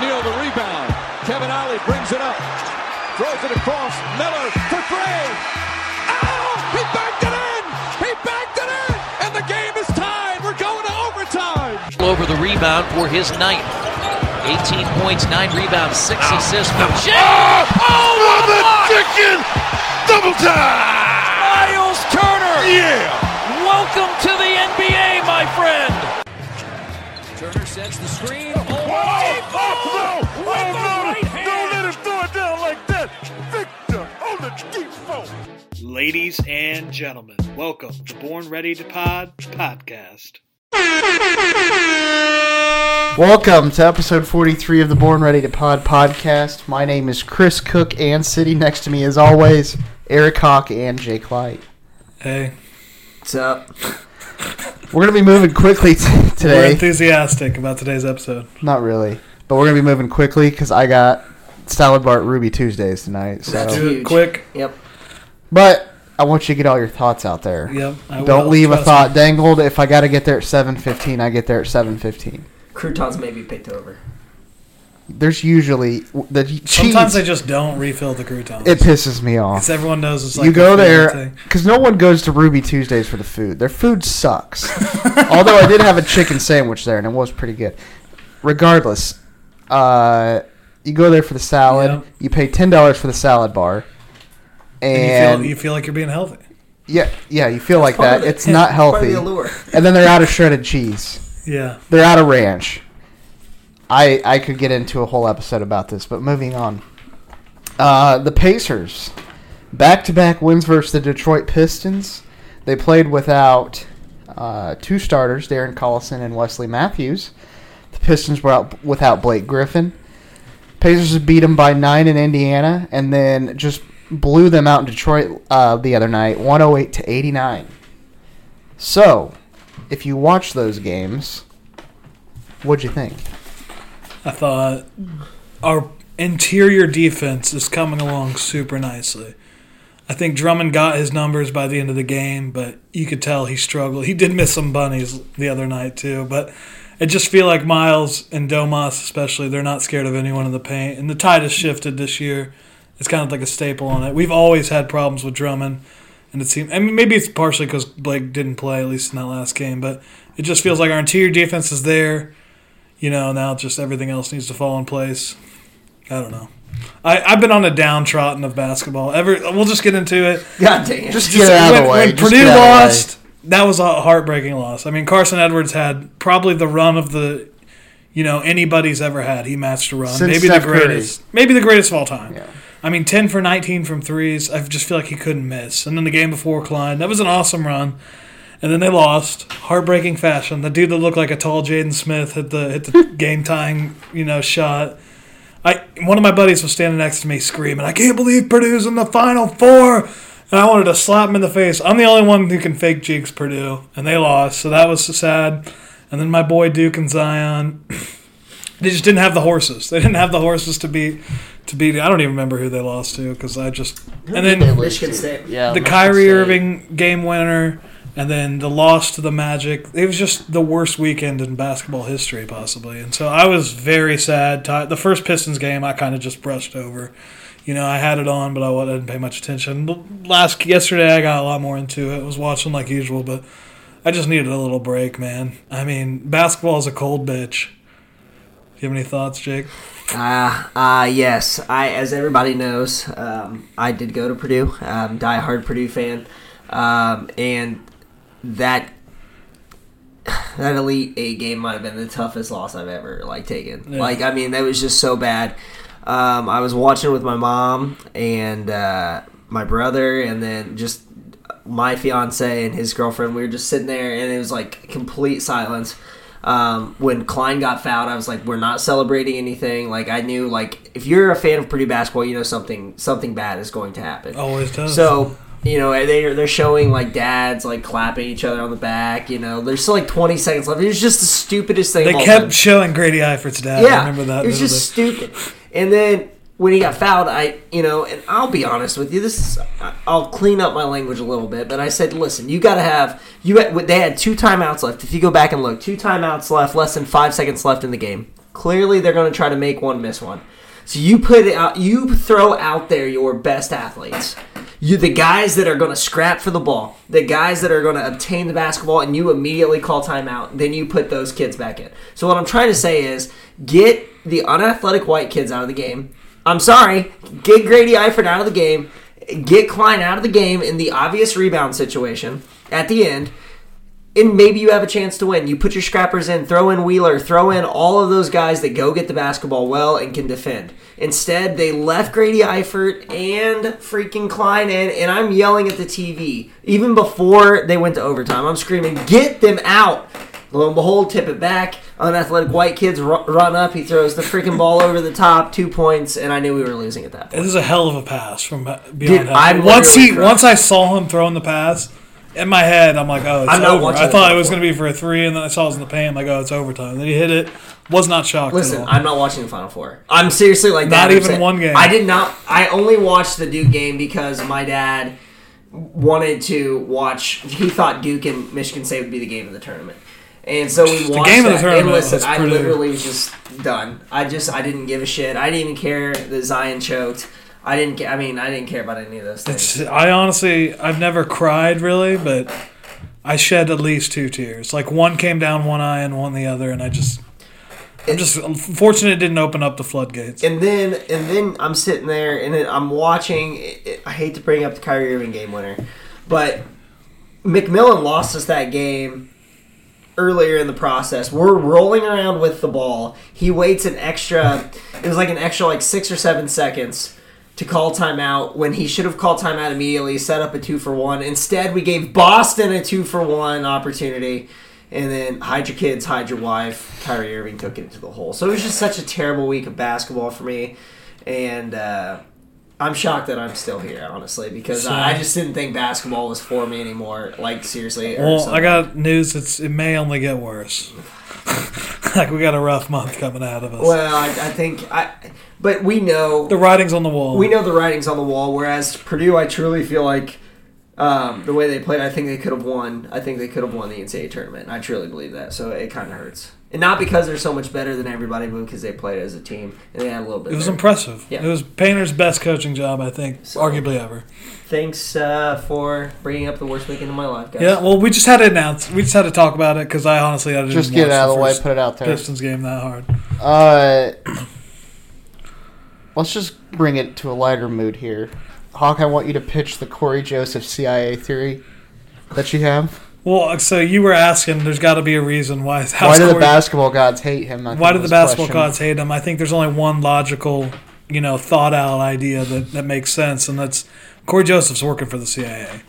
Neal the rebound. Kevin Ollie brings it up. Throws it across. Miller for three. Oh! He backed it in! He backed it in! And the game is tied! We're going to overtime! over the rebound for his ninth. 18 points, 9 rebounds, 6 assists for Jay. Oh, the chicken! Double time! Miles Turner! Yeah! Welcome to the NBA, my friend! Turner sets the screen. Whoa! Oh, no! Oh, no! Don't let him throw it down like that! Victor on the deep phone! Ladies and gentlemen, welcome to Born Ready to Pod podcast. Welcome to episode 43 of the Born Ready to Pod podcast. My name is Chris Cook, and sitting next to me, as always, Eric Hawk and Jake Light. Hey, What's up? We're going to be moving quickly t- we're today. enthusiastic about today's episode. Not really, but we're going to be moving quickly because I got Salad Bar Ruby Tuesdays tonight. That's So. Do it huge. quick. Yep. But I want you to get all your thoughts out there. Yep. I Don't will. leave a Trust thought dangled. If I got to get there at 7.15, I get there at 7.15. Croutons may be picked over. There's usually the cheese. me. Sometimes they just don't refill the croutons. it pisses me off. 'Cause everyone knows it's like you a go food there thing. because no one goes to Ruby Tuesdays for the food. Their food sucks. Although I did have a chicken sandwich there, and it was pretty good. Regardless, uh, you go there for the salad. Yeah. You pay ten dollars for the salad bar, And and, you feel, you feel like you're being healthy. yeah, yeah, you feel like part that. of the- It's not part of the healthy. allure. And then they're out of shredded cheese. Yeah. They're out of ranch. I I could get into a whole episode about this, but moving on. Uh, the Pacers, back to back wins versus the Detroit Pistons. They played without uh, two starters, Darren Collison and Wesley Matthews. The Pistons were out without Blake Griffin. Pacers beat them by nine in Indiana, and then just blew them out in Detroit uh, the other night, one hundred eight to eighty nine. So, if you watch those games, what'd you think? I thought our interior defense is coming along super nicely. I think Drummond got his numbers by the end of the game, but you could tell he struggled. He did miss some bunnies the other night too, but I just feel like Miles and Domas especially, they're not scared of anyone in the paint. And the tide has shifted this year. It's kind of like a staple on it. We've always had problems with Drummond, and it seems. I mean, maybe it's partially because Blake didn't play at least in that last game, but it just feels like our interior defense is there you know, now just everything else needs to fall in place. I don't know. I, I've been on a downtrodden of basketball. Ever we'll just get into it. God damn. Just get it out when, of the way. when Just Purdue get out of the way. lost, that was a heartbreaking loss. I mean, Carson Edwards had probably the run of the, you know, anybody's ever had. He matched a run, Since maybe Steph the Curry. greatest, maybe the greatest of all time. Yeah. I mean, ten for nineteen from threes. I just feel like he couldn't miss. And then the game before Klein, that was an awesome run. And then they lost, heartbreaking fashion. The dude that looked like a tall Jaden Smith hit the hit the game tying, you know, shot. I one of my buddies was standing next to me screaming, "I can't believe Purdue's in the Final Four. And I wanted to slap him in the face. I'm the only one who can fake jigs Purdue, and they lost, so that was sad. And then my boy Duke and Zion, they just didn't have the horses. They didn't have the horses to beat. To beat, I don't even remember who they lost to because I just. and then Michigan State. Yeah. the Kyrie Irving game winner, and then the loss to the Magic. It was just the worst weekend in basketball history, possibly. And so I was very sad. Ti- The first Pistons game, I kind of just brushed over. You know, I had it on, but I wa- I didn't pay much attention. The Last yesterday, I got a lot more into it. Was watching like usual, but I just needed a little break, man. I mean, basketball is a cold bitch. Do you have any thoughts, Jake? Uh, yes. I, as everybody knows, um, I did go to Purdue. Um, diehard Purdue fan, um, and that that Elite Eight game might have been the toughest loss I've ever like taken. Like, I mean, that was just so bad. Um, I was watching with my mom and uh, my brother, and then just my fiance and his girlfriend. We were just sitting there, and it was like complete silence. Um, when Klein got fouled, I was like, "We're not celebrating anything." Like I knew, like if you're a fan of pretty basketball, you know something something bad is going to happen. Always does. So you know they they're showing like dads like clapping each other on the back. You know there's still like 20 seconds left. It was just the stupidest thing. They of all kept time. showing Grady Eifert's dad. Yeah, I remember that. It was vividly. just stupid. And then when he got fouled, I you know, and I'll be honest with you, this is I- I'll clean up my language a little bit, but I said, listen, you got to have you. Had, they had two timeouts left. If you go back and look, two timeouts left, less than five seconds left in the game. Clearly, they're going to try to make one miss one. So you put it out, you throw out there your best athletes. You, the guys that are going to scrap for the ball, the guys that are going to obtain the basketball, and you immediately call timeout. Then you put those kids back in. So what I'm trying to say is, get the unathletic white kids out of the game. I'm sorry, get Grady Eifert out of the game, get Klein out of the game in the obvious rebound situation at the end and maybe you have a chance to win. You put your scrappers in, throw in Wheeler, throw in all of those guys that go get the basketball well and can defend. Instead, they left Grady Eifert and freaking Klein in, and I'm yelling at the TV. Even before they went to overtime, I'm screaming, get them out! Lo and behold, tip it back. Unathletic white kids ru- run up. He throws the freaking ball over the top, two points, and I knew we were losing at that point. This is a hell of a pass from beyond Dude, help. I once he literally cried. once I saw him throwing the pass in my head, I'm like, oh, it's I'm not over. watching I it thought it anymore. was going to be for a three, and then I saw it was in the paint. I'm like, oh, it's overtime. Then he hit it. Was not shocked. at Listen, all. I'm not watching the Final Four. I'm seriously like that. Not I'm even saying- one game. I did not. I only watched the Duke game because my dad wanted to watch. He thought Duke and Michigan State would be the game of the tournament, and so we watched game of the that. tournament and listen, was I pretty- literally was just done. I just I didn't give a shit. I didn't even care that Zion choked. I didn't. ca- I mean, I didn't care about any of those things. It's- I honestly, I've never cried really, but I shed at least two tears. Like one came down one eye and one the other, and I just, I'm just fortunate it didn't open up the floodgates. And then and then I'm sitting there and then I'm watching. It, it- I hate to bring up the Kyrie Irving game winner, but McMillan lost us that game earlier in the process. We're rolling around with the ball. He waits an extra. It was like an extra like six or seven seconds to call timeout when he should have called timeout immediately. Set up a two for one. Instead, we gave Boston a two for one opportunity. And then hide your kids, hide your wife. Kyrie Irving took it into the hole. So it was just such a terrible week of basketball for me, and uh, I'm shocked that I'm still here, honestly, because I I just didn't think basketball was for me anymore. Like seriously. or Well, I something. got news. It's it may only get worse. like we got a rough month coming out of us. Well, I, I think I, but we know the writing's on the wall. we know the writing's on the wall. Whereas Purdue, I truly feel like um, the way they played, I think they could have won. I think they could have won the NCAA tournament. I truly believe that. So it kind of hurts, and not because they're so much better than everybody, but because they played as a team and they had a little bit. It was there. impressive. Yeah. It was Painter's best coaching job, I think, arguably ever. Thanks uh, for bringing up the worst weekend of my life, guys. Yeah. Well, we just had to announce. We just had to talk about it because I honestly I didn't Just get it watch out of the way, first put it out there. Pistons game that hard. Uh, let's just bring it to a lighter mood here. Hawk, I want you to pitch the Corey Joseph CIA theory that you have. Well, so you were asking. There's got to be a reason why. How Why do the basketball gods hate him? I think Why do the was basketball question. gods hate him? I think there's only one logical, you know, thought out idea that, that makes sense, and that's Corey Joseph's working for the CIA.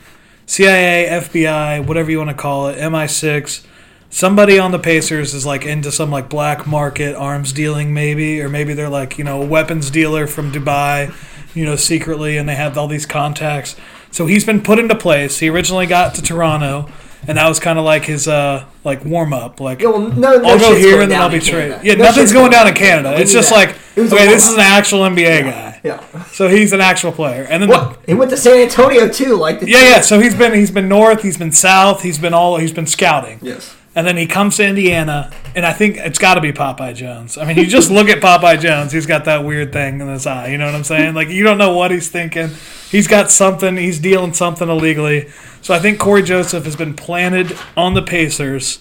CIA, FBI, whatever you want to call it, MI6. Somebody on the Pacers is like into some like black market arms dealing, maybe, or maybe they're like, you know, a weapons dealer from Dubai, you know, secretly, and they have all these contacts. So he's been put into place. He originally got to Toronto, and that was kind of like his uh like warm up. Like, Yeah, well, no, no I'll go shit's here going and then down I'll be in Canada. traded. Yeah, No nothing's shit's going down in down in Canada. Canada. We It's knew just that. like, It was a okay, this warm-up. is an actual NBA guy. Yeah. So he's an actual player. And then, What? He went to San Antonio too, like the yeah, yeah. So he's been he's been north, he's been south, he's been all he's been scouting. Yes. And then he comes to Indiana, and I think it's got to be Popeye Jones. I mean, you just look at Popeye Jones; he's got that weird thing in his eye. You know what I'm saying? Like you don't know what he's thinking. He's got something. He's dealing something illegally. So I think Corey Joseph has been planted on the Pacers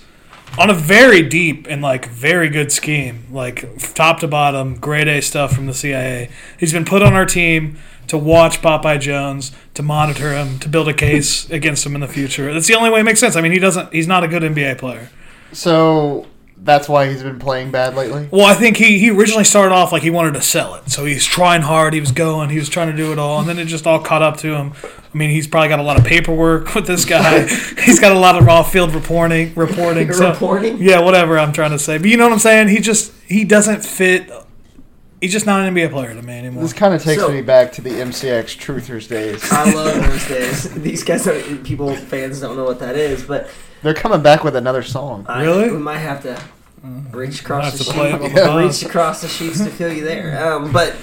on a very deep and like very good scheme, like top to bottom, grade A stuff from the CIA. He's been put on our team to watch Popeye Jones, to monitor him, to build a case against him in the future. That's the only way it makes sense. I mean, he doesn't. He's not a good NBA player. So that's why he's been playing bad lately. Well, I think he, he originally started off like he wanted to sell it. So he's trying hard. He was going. He was trying to do it all. And then it just all caught up to him I mean, he's probably got a lot of paperwork with this guy. he's got a lot of off field reporting, reporting, so- Reporting? Yeah, whatever I'm trying to say, but you know what I'm saying. He just he doesn't fit. He's just not an NBA player to me anymore. This kind of takes So- me back to the MCX Truthers days. I love those days. These guys, don't, people, fans don't know what that is, but They're coming back with another song. I, Really? we might have to reach I across Mm-hmm. have the to play it sheet. on the reach pod. across the sheets to feel you there. Um, but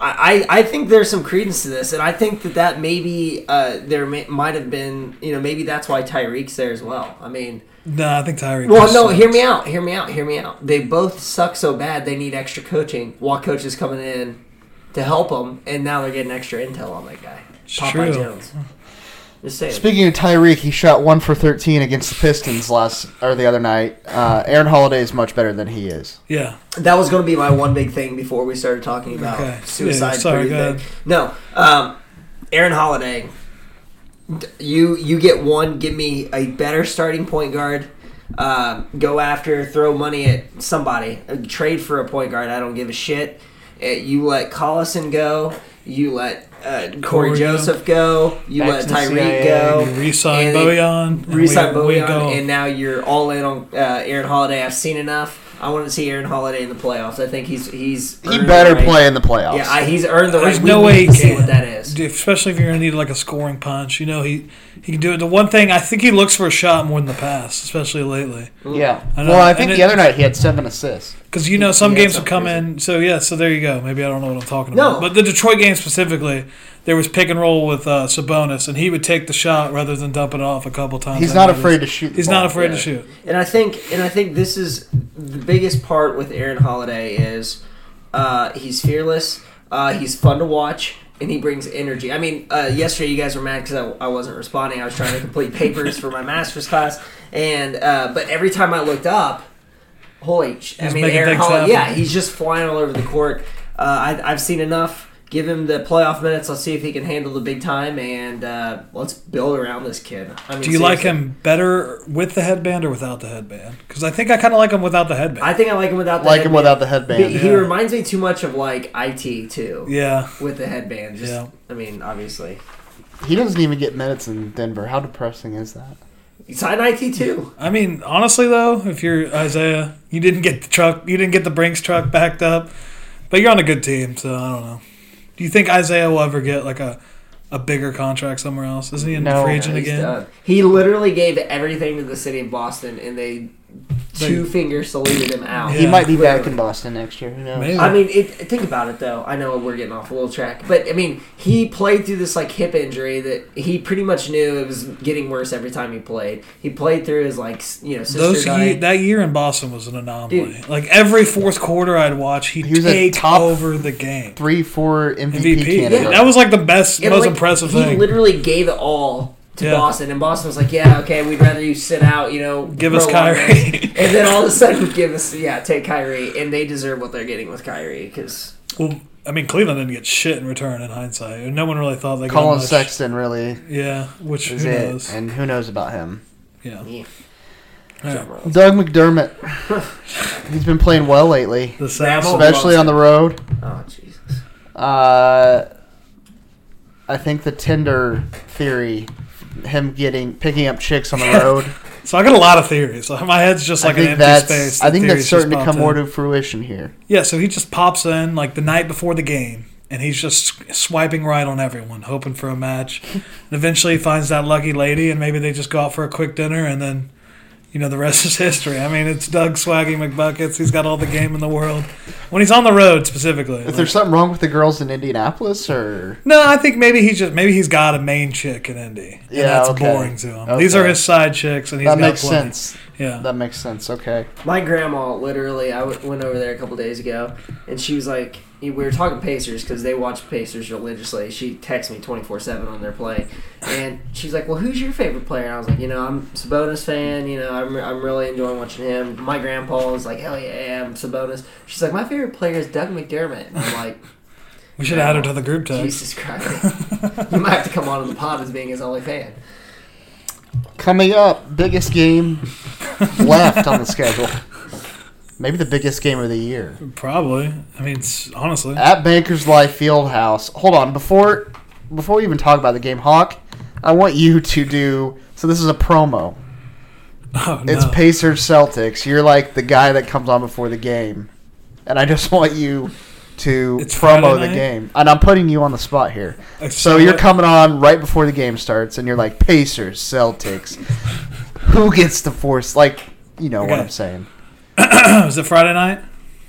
I, I I think there's some credence to this, and I think that that maybe uh, there may, might have been, you know, maybe that's why Tyreek's there as well. I mean, No, I think Tyreek. well, just no, sucks. hear me out, hear me out, hear me out. They both suck so bad they need extra coaching while coach is coming in to help them, and now they're getting extra intel on that guy, Popeye true. Jones. Just saying. Speaking of Tyreek, he shot one for thirteen against the Pistons last or the other night. Uh, Aaron Holiday is much better than he is. Yeah, That was going to be my one big thing before we started talking about Okay. suicide. Yeah, sorry, pretty go big. ahead. No, um, Aaron Holiday. d- You you get one. Give me a better starting point guard. Um, go after, throw money at somebody. Uh, Trade for a point guard. I don't give a shit. Uh, you let Collison go. You let uh, Corey Corey go. Joseph go. You Back let to the Tyreek CIA. go. you re-sign And they- Bojan. and Resign we- we go. Bojan, and now you're all in on uh, Aaron Holiday. I've seen enough. I want to see Aaron Holiday in the playoffs. I think he's he's He earned better the right- play in the playoffs. Yeah, I, he's earned the right. There's We no need way he to see can. what that is. Dude, especially if you're gonna need like a scoring punch. You know, he he can do it. The one thing I think he looks for a shot more than the pass, especially lately. yeah. I know. Well, I And think it- the other night he had seven assists. Because you know some Yeah, games it's would come crazy. in. So yeah, so there you go. Maybe I don't know what I'm talking No. about. But the Detroit game specifically, there was pick and roll with uh, Sabonis, and he would take the shot rather than dump it off a couple times. He's I not noticed. afraid to shoot. the He's ball. not afraid to Yeah. shoot. And I think and I think this is the biggest part with Aaron Holiday is uh, he's fearless. Uh, he's fun to watch. And he brings energy. I mean, uh, yesterday you guys were mad because I, I wasn't responding. I was trying to complete papers for my master's class, and uh, but every time I looked up, holy! sh- I He's mean, making Aaron things Holiday. Yeah, happen. he's just flying all over the court. Uh, I, I've seen enough. Give him the playoff minutes. Let's see if he can handle the big time, and uh, let's build around this kid. I mean, Do you like seriously. him better with the headband or without the headband? Because I think I kind of like him without the headband. I think I like him without the Like him headband. without the But headband. He Yeah. reminds me too much of like IT too. yeah. With the headband. Just, Yeah. I mean, obviously. He doesn't even get minutes in Denver. How depressing is that? He signed IT too. I mean, honestly though, if you're Isaiah, you didn't get the truck, you didn't get the Brinks truck backed up, but you're on a good team, so I don't know. Do you think Isaiah will ever get like a, a bigger contract somewhere else? Isn't he a No. free agent He's again? done. He literally gave everything to the city of Boston and they two finger saluted him out. He Yeah. might be back Literally. in Boston next year. Who knows? Maybe. I mean, it, think about it though. I know we're getting off a little track, but I mean, he played through this like hip injury that he pretty much knew it was getting worse every time he played. He played through his like s- you know sister Those ye- dying. that year in Boston was an anomaly. Dude. Like every fourth quarter, I'd watch he'd He was a take top over the game. Three, four MVP, MVP. candidate. That was like the best, And, most like, impressive he thing. literally gave it all to Yeah. Boston, and Boston was like, "Yeah, okay, we'd rather you sit out, you know, Give us prolong Kyrie. this." and then all of a sudden, give us yeah, take Kyrie, and they deserve what they're getting with Kyrie because well, I mean, Cleveland didn't get shit in return in hindsight. No one really thought they got Colin much. Sexton really Yeah, which is who it, knows? and who knows about him? yeah. Yeah. Yeah. Doug McDermott. He's been playing well lately, The Sacks. Rabble. especially on the road. oh Jesus, Uh, I think the Tinder theory, him getting picking up chicks on the road. So I got a lot of theories. Like, my head's just like I an think empty space. that's I The think that's theories just starting to popped come in. more to fruition here. Yeah, so he just pops in like the night before the game, and he's just swiping right on everyone, hoping for a match. and eventually, he finds that lucky lady, and maybe they just go out for a quick dinner, and then, you know, the rest is history. I mean, it's Doug Swaggy McBuckets. He's got all the game in the world when he's on the road specifically. Is like- there something wrong with the girls in Indianapolis or no, I think maybe he just maybe he's got a main chick in Indy. and Yeah, that's okay. boring to him. These Okay. are his side chicks, and he's that got makes plenty. sense? Yeah, That makes sense. Okay. my grandma literally, I w- went over there a couple days ago, and she was like, we were talking Pacers because they watch Pacers religiously. She texts me twenty four seven on their play, and she's like, "Well, who's your favorite player?" And I was like, "You know, I'm Sabonis fan. You know, I'm, I'm really enjoying watching him." My grandpa is like, "Hell yeah, I'm Sabonis." She's like, "My favorite player is Doug McDermott." And I'm like, we should add her to the group text. "Jesus Christ, you might have to come on to the pod as being his only fan." Coming up, biggest game left on the schedule. Maybe the biggest game of the year. Probably. I mean, it's, honestly. at Bankers Life Fieldhouse. Hold on, before before we even talk about the game, Hawk, I want you to do. So this is a promo. Oh, It's no. Pacers Celtics. You're like the guy that comes on before the game, and I just want you to It's promo Friday the night? game. And I'm putting you on the spot here. Like, So so you're what- coming on right before the game starts, and you're like Pacers Celtics. Who gets the force? Like you know what Okay. I'm saying. Is it Friday night?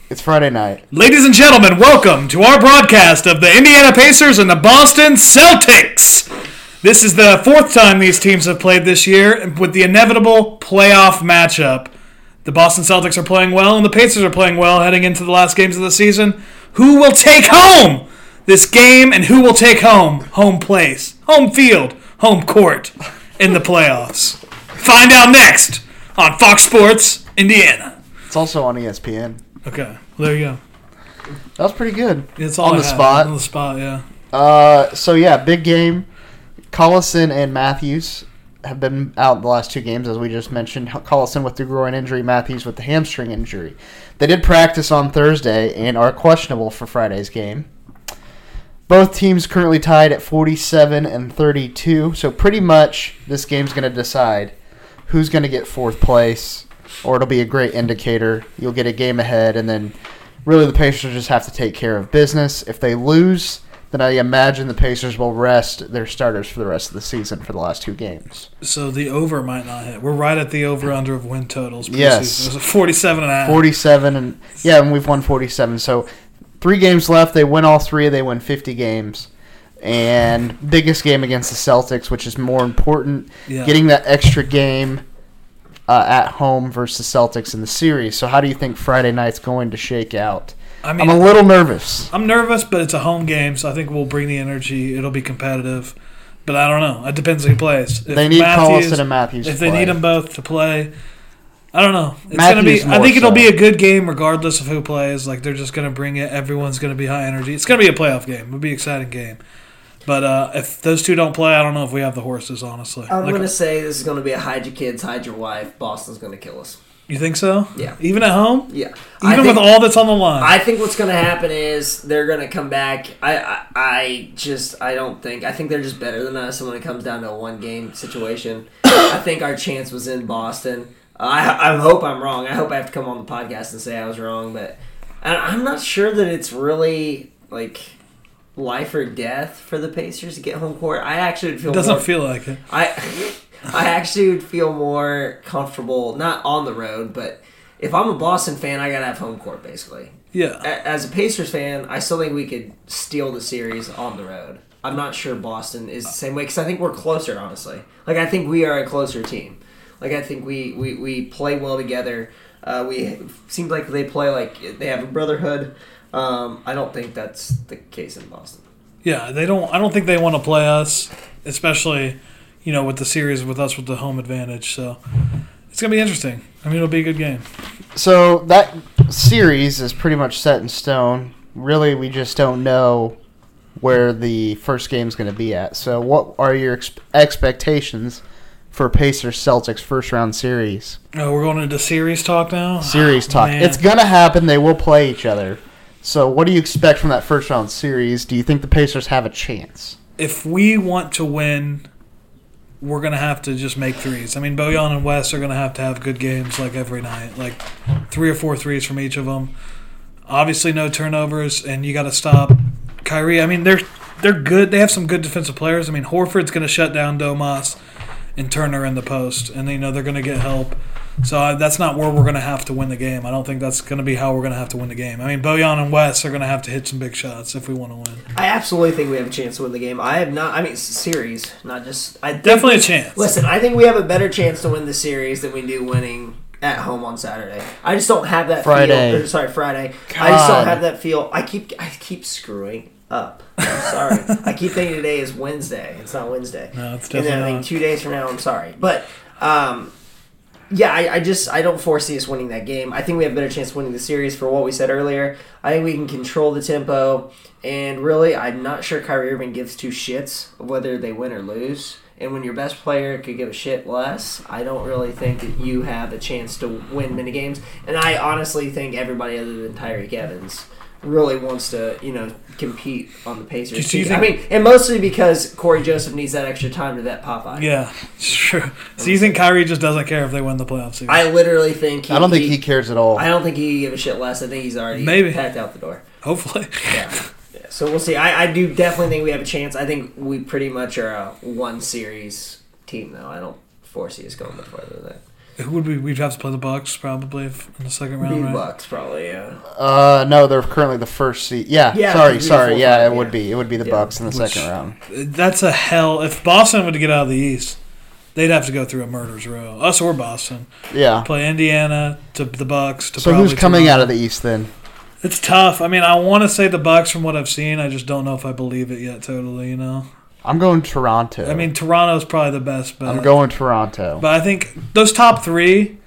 It's Friday night. Ladies and gentlemen, welcome to our broadcast of the Indiana Pacers and the Boston Celtics. This is the fourth time these teams have played this year with the inevitable playoff matchup. The Boston Celtics are playing well and the Pacers are playing well heading into the last games of the season. Who will take home this game and who will take home home place, home field, home court in the playoffs? Find out next on Fox Sports Indiana. It's also on E ESPN. Okay, well, there you go. That was pretty good. It's all On I the have. spot. On the spot, yeah. Uh, so yeah, big game. Collison and Matthews have been out the last two games, as we just mentioned. Collison with the groin injury, Matthews with the hamstring injury. They did practice on Thursday and are questionable for Friday's game. Both teams currently tied at 47 and 32, so pretty much this game's going to decide who's going to get fourth place, or it'll be a great indicator. You'll get a game ahead, and then really the Pacers just have to take care of business. If they lose, then I imagine the Pacers will rest their starters for the rest of the season for the last two games. So the over might not hit. We're right at the over under of win totals. preseason. Yes. It was a 47 and a half. 47 and yeah, and we've won 47. So three games left. They win all three. They win 50 games. And biggest game against the Celtics, which is more important, Yeah. getting that extra game uh, at home versus the Celtics in the series. So how do you think Friday night's going to shake out? I mean, I'm a little nervous. I'm nervous, but it's a home game, so I think we'll bring the energy. It'll be competitive. But I don't know. It depends who plays. If They need Collison and Matthews. If to they play. need them both to play, I don't know. It's Matthews gonna be. I more think it'll so. be a good game regardless of who plays. Like they're just gonna bring it. Everyone's gonna be high energy. It's gonna be a playoff game. It'll be an exciting game. But uh, if those two don't play, I don't know if we have the horses. Honestly, I'm Like, gonna say this is gonna be a hide your kids, hide your wife. Boston's gonna kill us. you think so? Yeah. Even at home. Yeah, I Even think, with all that's on the line. I think what's gonna happen is they're gonna come back. I, I I just I don't think I think they're just better than us. And when it comes down to a one game situation, I think our chance was in Boston. I I hope I'm wrong. I hope I have to come on the podcast and say I was wrong, but I, I'm not sure that it's really like life or death for the Pacers to get home court. I actually would feel It doesn't more- feel like it. I I actually would feel more comfortable not on the road, but if I'm a Boston fan, I gotta have home court basically. A- Yeah. As a Pacers fan, I still think we could steal the series on the road. I'm not sure Boston is the same way because I think we're closer, honestly. Like I think we are a closer team. Like I think we we, we play well together. Uh, we seems like they play like they have a brotherhood. Um, I don't think that's the case in Boston. Yeah, they don't I don't think they want to play us, especially, you know, with the series with us with the home advantage. So it's going to be interesting. I mean, it'll be a good game. So that series is pretty much set in stone. Really, we just don't know where the first game's going to be at. So, what are your ex- expectations for Pacers Celtics first round series? Oh, we're going into series talk now. Series talk. Ah, man. It's going to happen. They will play each other. So, what do you expect from that first round series? Do you think the Pacers have a chance? If we want to win, we're going to have to just make threes. I mean, Bojan and West are going to have to have good games like every night, like three or four threes from each of them. Obviously, no turnovers, and you got to stop Kyrie. I mean, they're they're good. They have some good defensive players. I mean, Horford's going to shut down Domas. and Turner in the post, and they know they're going to get help. So I, that's not where we're going to have to win the game. I don't think that's going to be how we're going to have to win the game. I mean, Bojan and Wes are going to have to hit some big shots if we want to win. I absolutely think we have a chance to win the game. I have not. I mean, it's a series, not just. I think- Definitely a chance. Listen, I think we have a better chance to win the series than we do winning at home on Saturday. I just don't have that Friday. feel. Or, sorry, Friday. I just God. don't have that feel. I keep I keep screwing up. I'm sorry. I keep thinking today is Wednesday. It's not Wednesday. No, it's And then definitely I think not. two days from now, I'm sorry, but um, yeah, I, I just I don't foresee us winning that game. I think we have a better chance of winning the series for what we said earlier. I think we can control the tempo, and really, I'm not sure Kyrie Irving gives two shits whether they win or lose. And when your best player could give a shit less, I don't really think that you have a chance to win many games. And I honestly think everybody other than Tyreek Evans really wants to, you know, compete on the Pacers. Do you I think- mean, and mostly because Corey Joseph needs that extra time to vet Popeye. Yeah, it's true. So you think Kyrie just doesn't care if they win the playoff series? I literally think he, I don't think he cares at all. I don't think he give a shit less. I think he's already Maybe. packed out the door. Hopefully. So we'll see. I, I do definitely think we have a chance. I think we pretty much are a one series team though. I don't foresee us going much further than that. Who would we? We'd have to play the Bucks probably if, in the second Be round, right? Bucks probably. Yeah. Uh, no, they're currently the first seed. Yeah, Yeah, sorry, it'd be the sorry. fourth Yeah, round, it would yeah. be. It would be the Yeah. Bucks in the Which- second round. That's a hell. If Boston would get out of the East, they'd have to go through a murder's row. Us or Boston Yeah. play Indiana to the Bucks. To So probably who's coming Toronto. out of the East then? It's tough. I mean, I want to say the Bucks from what I've seen. I just don't know if I believe it yet. Totally, you know. I'm going Toronto. I mean, Toronto's probably the best bet. I'm going Toronto But I think those top three,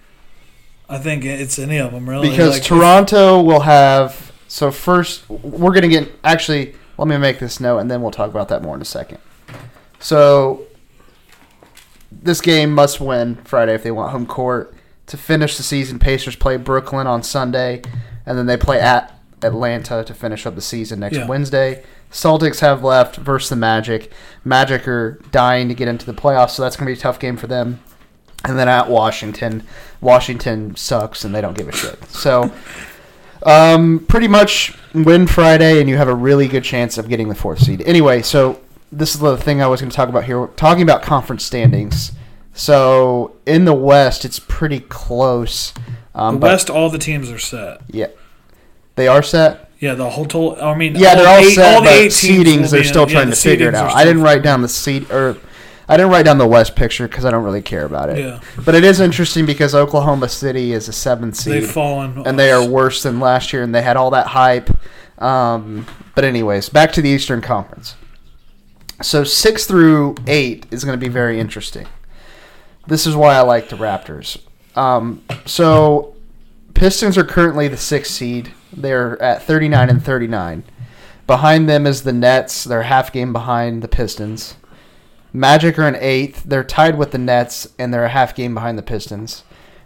I think it's any of them really. because Like, Toronto will have. So first, we're gonna get. Actually, let me make this note, and then we'll talk about that more in a second. So this game must win Friday if they want home court to finish the season. Pacers play Brooklyn on Sunday, and then they play at Atlanta to finish up the season next Yeah. Wednesday. Celtics have left versus the Magic. Magic are dying to get into the playoffs, so that's going to be a tough game for them. And then at Washington, Washington sucks and they don't give a shit. So, um, pretty much win Friday and you have a really good chance of getting the fourth seed. Anyway, so this is the thing I was going to talk about here. We're talking about conference standings. So in the West, it's pretty close. Um, the but- West, all the teams are set. yeah, they are set. Yeah, the whole total. I mean, Yeah, they're all eight- set, the but eight teams will seedings they're be in- still yeah, trying the to figure it seedings are out. I still- didn't write down the seed or I didn't write down the West picture because I don't really care about it. Yeah. But it is interesting because Oklahoma City is a seventh seed, They've fallen, and they are worse than last year, and they had all that hype. Um, but anyways, back to the Eastern Conference. So six through eight is going to be very interesting. This is why I like the Raptors. Um, so Pistons are currently the sixth seed. They're at 39 and 39. Behind them is the Nets. They're half game behind the Pistons. Magic are in eighth. They're tied with the Nets, and they're a half game behind the Pistons.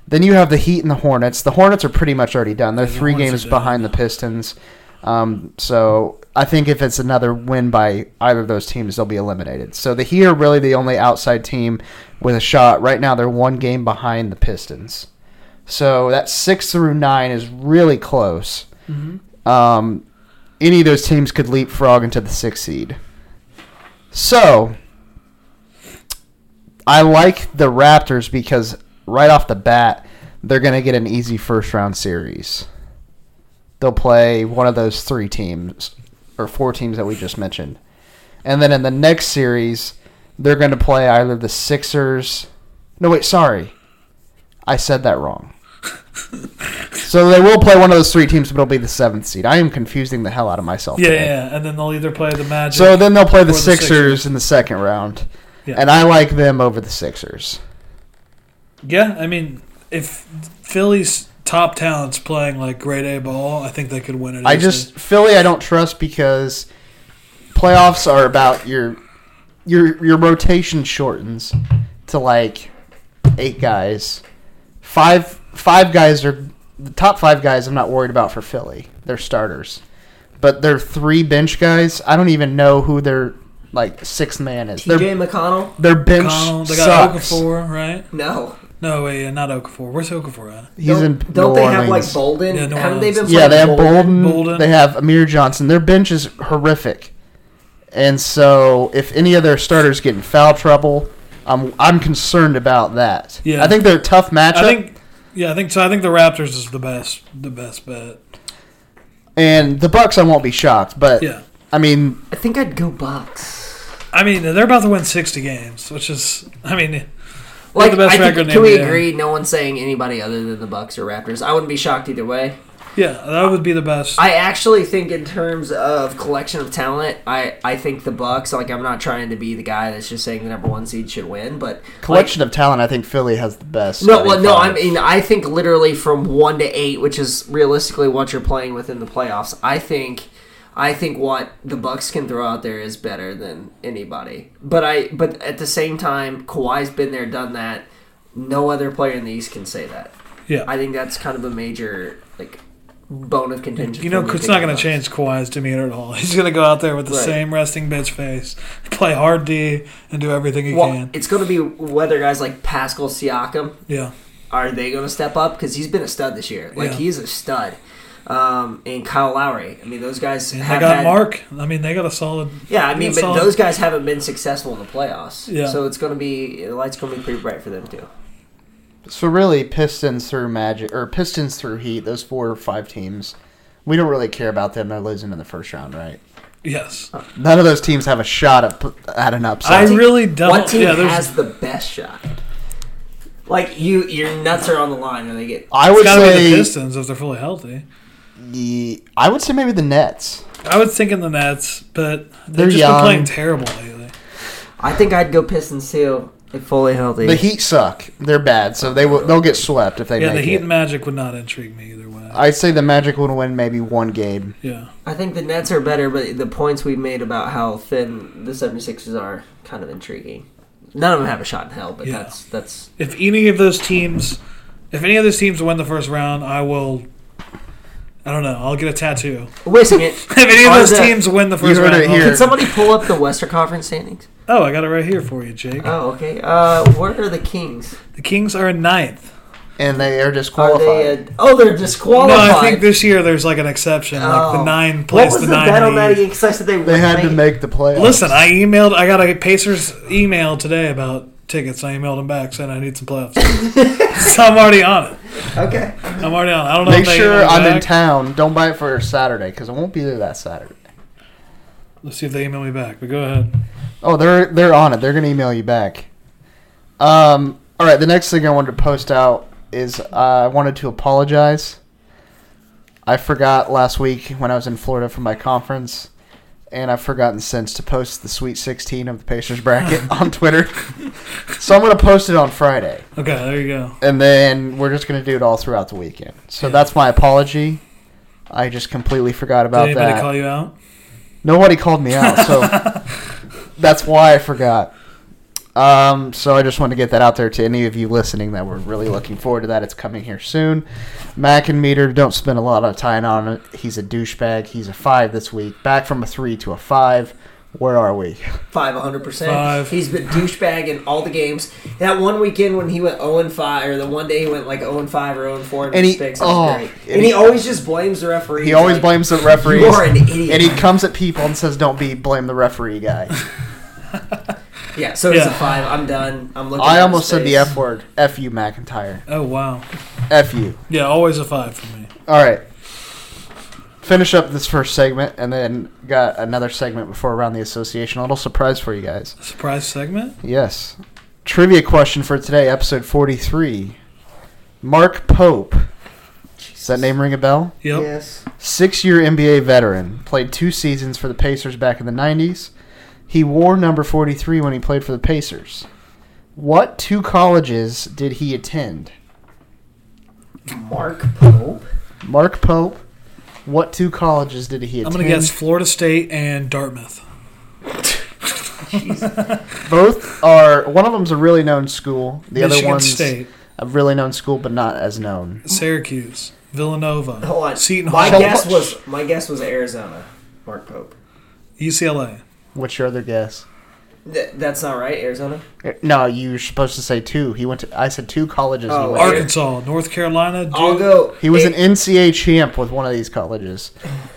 Then you have the Heat and the Hornets. The Hornets are pretty much already done. They're the three Hornets games are done. behind the Pistons. Um, so I think if it's another win by either of those teams, they'll be eliminated. So the Heat are really the only outside team with a shot. Right now, they're one game behind the Pistons. So that six through nine is really close. Mm-hmm. Um, any of those teams could leapfrog into the sixth seed. So I like the Raptors because right off the bat, they're going to get an easy first round series. They'll play one of those three teams or four teams that we just mentioned. And then in the next series, they're going to play either the Sixers. No, wait, sorry. I said that wrong. so they will play one of those three teams, but it'll be the seventh seed. I am confusing the hell out of myself. Yeah, today. yeah, yeah, and then they'll either play the Magic. So then they'll play Or the the Sixers, Sixers. in the second round. Yeah. And I like them over the Sixers. yeah, I mean, if Philly's top talent's playing like grade A ball, I think they could win it. I easily. just Philly I don't trust because playoffs are about your your your rotation shortens to like eight guys. Five five guys are the top five guys I'm not worried about for Philly. They're starters. But their three bench guys, I don't even know who their like sixth man is. Their TJ McConnell? their bench Connell, they got sucks. Okafor, right? No. No, wait, yeah, not Okafor. Where's Okafor at? He's Don't, in don't New they have Orleans. like Bolden? Yeah, New Haven't they been Orleans. Yeah, playing they have Bolden? Bolden, Bolden. They have Amir Johnson. Their bench is horrific, and so if any of their starters get in foul trouble, I'm I'm concerned about that. Yeah. I think they're a tough matchup. I think. Yeah, I think so. I think the Raptors is the best, the best bet. and the Bucks, I won't be shocked, but Yeah, I mean, I think I'd go Bucks. I mean they're about to win sixty games, which is, I mean, Like the best I think- record in Can we NBA. agree? No one's saying anybody other than the Bucks or Raptors. I wouldn't be shocked either way. yeah, that would be the best. I actually think in terms of collection of talent, I, I think the Bucks. Like I'm not trying to be the guy that's just saying the number one seed should win, but collection of talent, I think Philly has the best. No, well, starting no. I five. mean, I think literally from one to eight, which is realistically what you're playing within the playoffs. I think, I think what the Bucks can throw out there is better than anybody. But I, but at the same time, Kawhi's been there, done that. No other player in the East can say that. yeah, I think that's kind of a major like bone of contention. You know, for me it's not going about to change Kawhi's demeanor at all. He's going to go out there with the Right. same resting bitch face, play hard D, and do everything he this. Well, can. it's going to be whether guys like Pascal Siakam Yeah. are they going to step up because he's been a stud this year. Like Yeah. he's a stud. Um, and Kyle Lowry. I mean, those guys And have they got had, Mark. I mean, they got a solid. Yeah, I they mean, got but solid- those guys haven't been successful in the playoffs. Yeah. So it's going to be the lights going to be pretty bright for them too. So really, Pistons through Magic or Pistons through Heat. Those four or five teams, we don't really care about them. They're losing in the first round, right? Yes. Uh, None of those teams have a shot at, at an I upset. really don't. What team yeah, there's, has the best shot? Like you, your nuts are on the line when they get. I it's would got to be the say Pistons if they're fully healthy. the, I would say maybe the Nets. I was thinking the Nets, but They're they've just young. been playing terrible lately. I think I'd go Pistons too if fully healthy. The Heat suck. They're bad, so they will they'll get swept if they Yeah, the make Heat and it. Magic would not intrigue me either way. Uh, I'd say the Magic would win maybe one game. Yeah. I think the Nets are better, but the points we made about how thin the 76ers are kind of intriguing. None of them have a shot in hell, but Yeah. that's that's If any of those teams, if any of those teams win the first round, I will. I don't know. I'll get a tattoo. wishing it. If any of Are those the- teams win the first heard round, it I'll- here. Can somebody pull up the Western Conference standings? Oh, I got it right here for you, Jake. Oh, okay. Uh, where are the Kings? The Kings are in ninth. and they are Are disqualified. they? Uh, oh, they're No, disqualified. I think this year there's like an exception. Like Oh. the nine What place was the the, nine. bet on lead. that against us that they they had to make the playoffs. Listen, I emailed. I got a Pacers email today about tickets. I emailed them back saying I need some playoffs. so I'm already on it. Okay. I'm already on. it. I don't know. make if they sure emailed I'm in back. town. Don't buy it for Saturday because I won't be there that Saturday. Let's see if they email me back. But go ahead. Oh, they're they're on it. They're gonna email you back. Um. All right. The next thing I wanted to post out is uh, I wanted to apologize. I forgot last week when I was in Florida for my conference, and I've forgotten since to post the Sweet 16 of the Pacers bracket on Twitter. So I'm gonna post it on Friday, Okay, there you go. and then we're just gonna do it all throughout the weekend. So that's my apology. I just completely forgot Did about anybody that. call you out? Nobody called me out, so that's why I forgot. Um, so I just wanted to get that out there to any of you listening that were really looking forward to that. It's coming here soon. Mac and Meter don't spend a lot of time on it. He's a douchebag. He's a five this week. Back from a three to a five. Where are we? Five, hundred percent. Five. He's been douchebag in all the games. That one weekend when he went zero and five, or the one day he went like zero and five or zero and four, and, And his he- picks. oh, Oh, great. and And, he, he- always just blames the referee. He always blames the referees. You are an idiot. And he comes at people and says, "Don't be blame the referee guy." Yeah, so it's a Yeah. five. I'm done. I'm looking. I at almost his said the face. f word. F you, McIntyre. Oh wow. F you. Yeah, always a five for me. All right. Finish up this first segment, and then got another segment before around the association. A little surprise for you guys. Surprise segment. Yes. Trivia question for today, episode forty-three. Mark Pope. Does that name ring a bell? Yep. Yes. Six-year NBA veteran, played two seasons for the Pacers back in the '90s. He wore number forty-three when he played for the Pacers. What two colleges did he attend? Mark Pope. Mark Pope. What two colleges did he I'm attend? gonna guess Florida State and Dartmouth. Both are one of them's a really known school. The other Michigan one's State, a really known school, but not as known. Syracuse, Villanova, Hold on. Seton my Hall, guess was my guess was Arizona. Mark Pope. UCLA. What's your other guess? Th- that's not right. Arizona. Eh, No, you're supposed to say two. He went to. I said two colleges. Oh, he, went to. Arkansas, North Carolina, Oh. Duke I'll go. he was an it- NCAA champ with one of these colleges.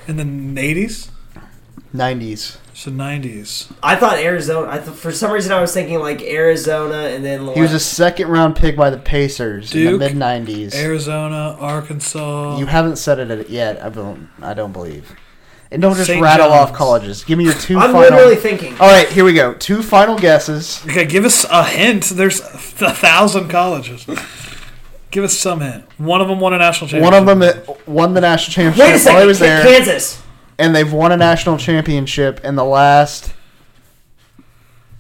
in the eighties. Nineties. So nineties. I thought Arizona. I th- for some reason I was thinking like Arizona and then like, He was a second round pick by the Pacers in the Duke, mid nineties. Arizona, Arkansas. You haven't said it yet. I don't. I don't believe. And don't just St. rattle off John's. colleges. Give me your 2 I'm final. literally thinking. All right, here we go. Two final guesses. okay, give us a hint. There's a thousand colleges. give us some hint. One of them won a national championship. One of them that won the national championship Wait a while he second. was Ka- there. Kansas. and they've won a national championship in the last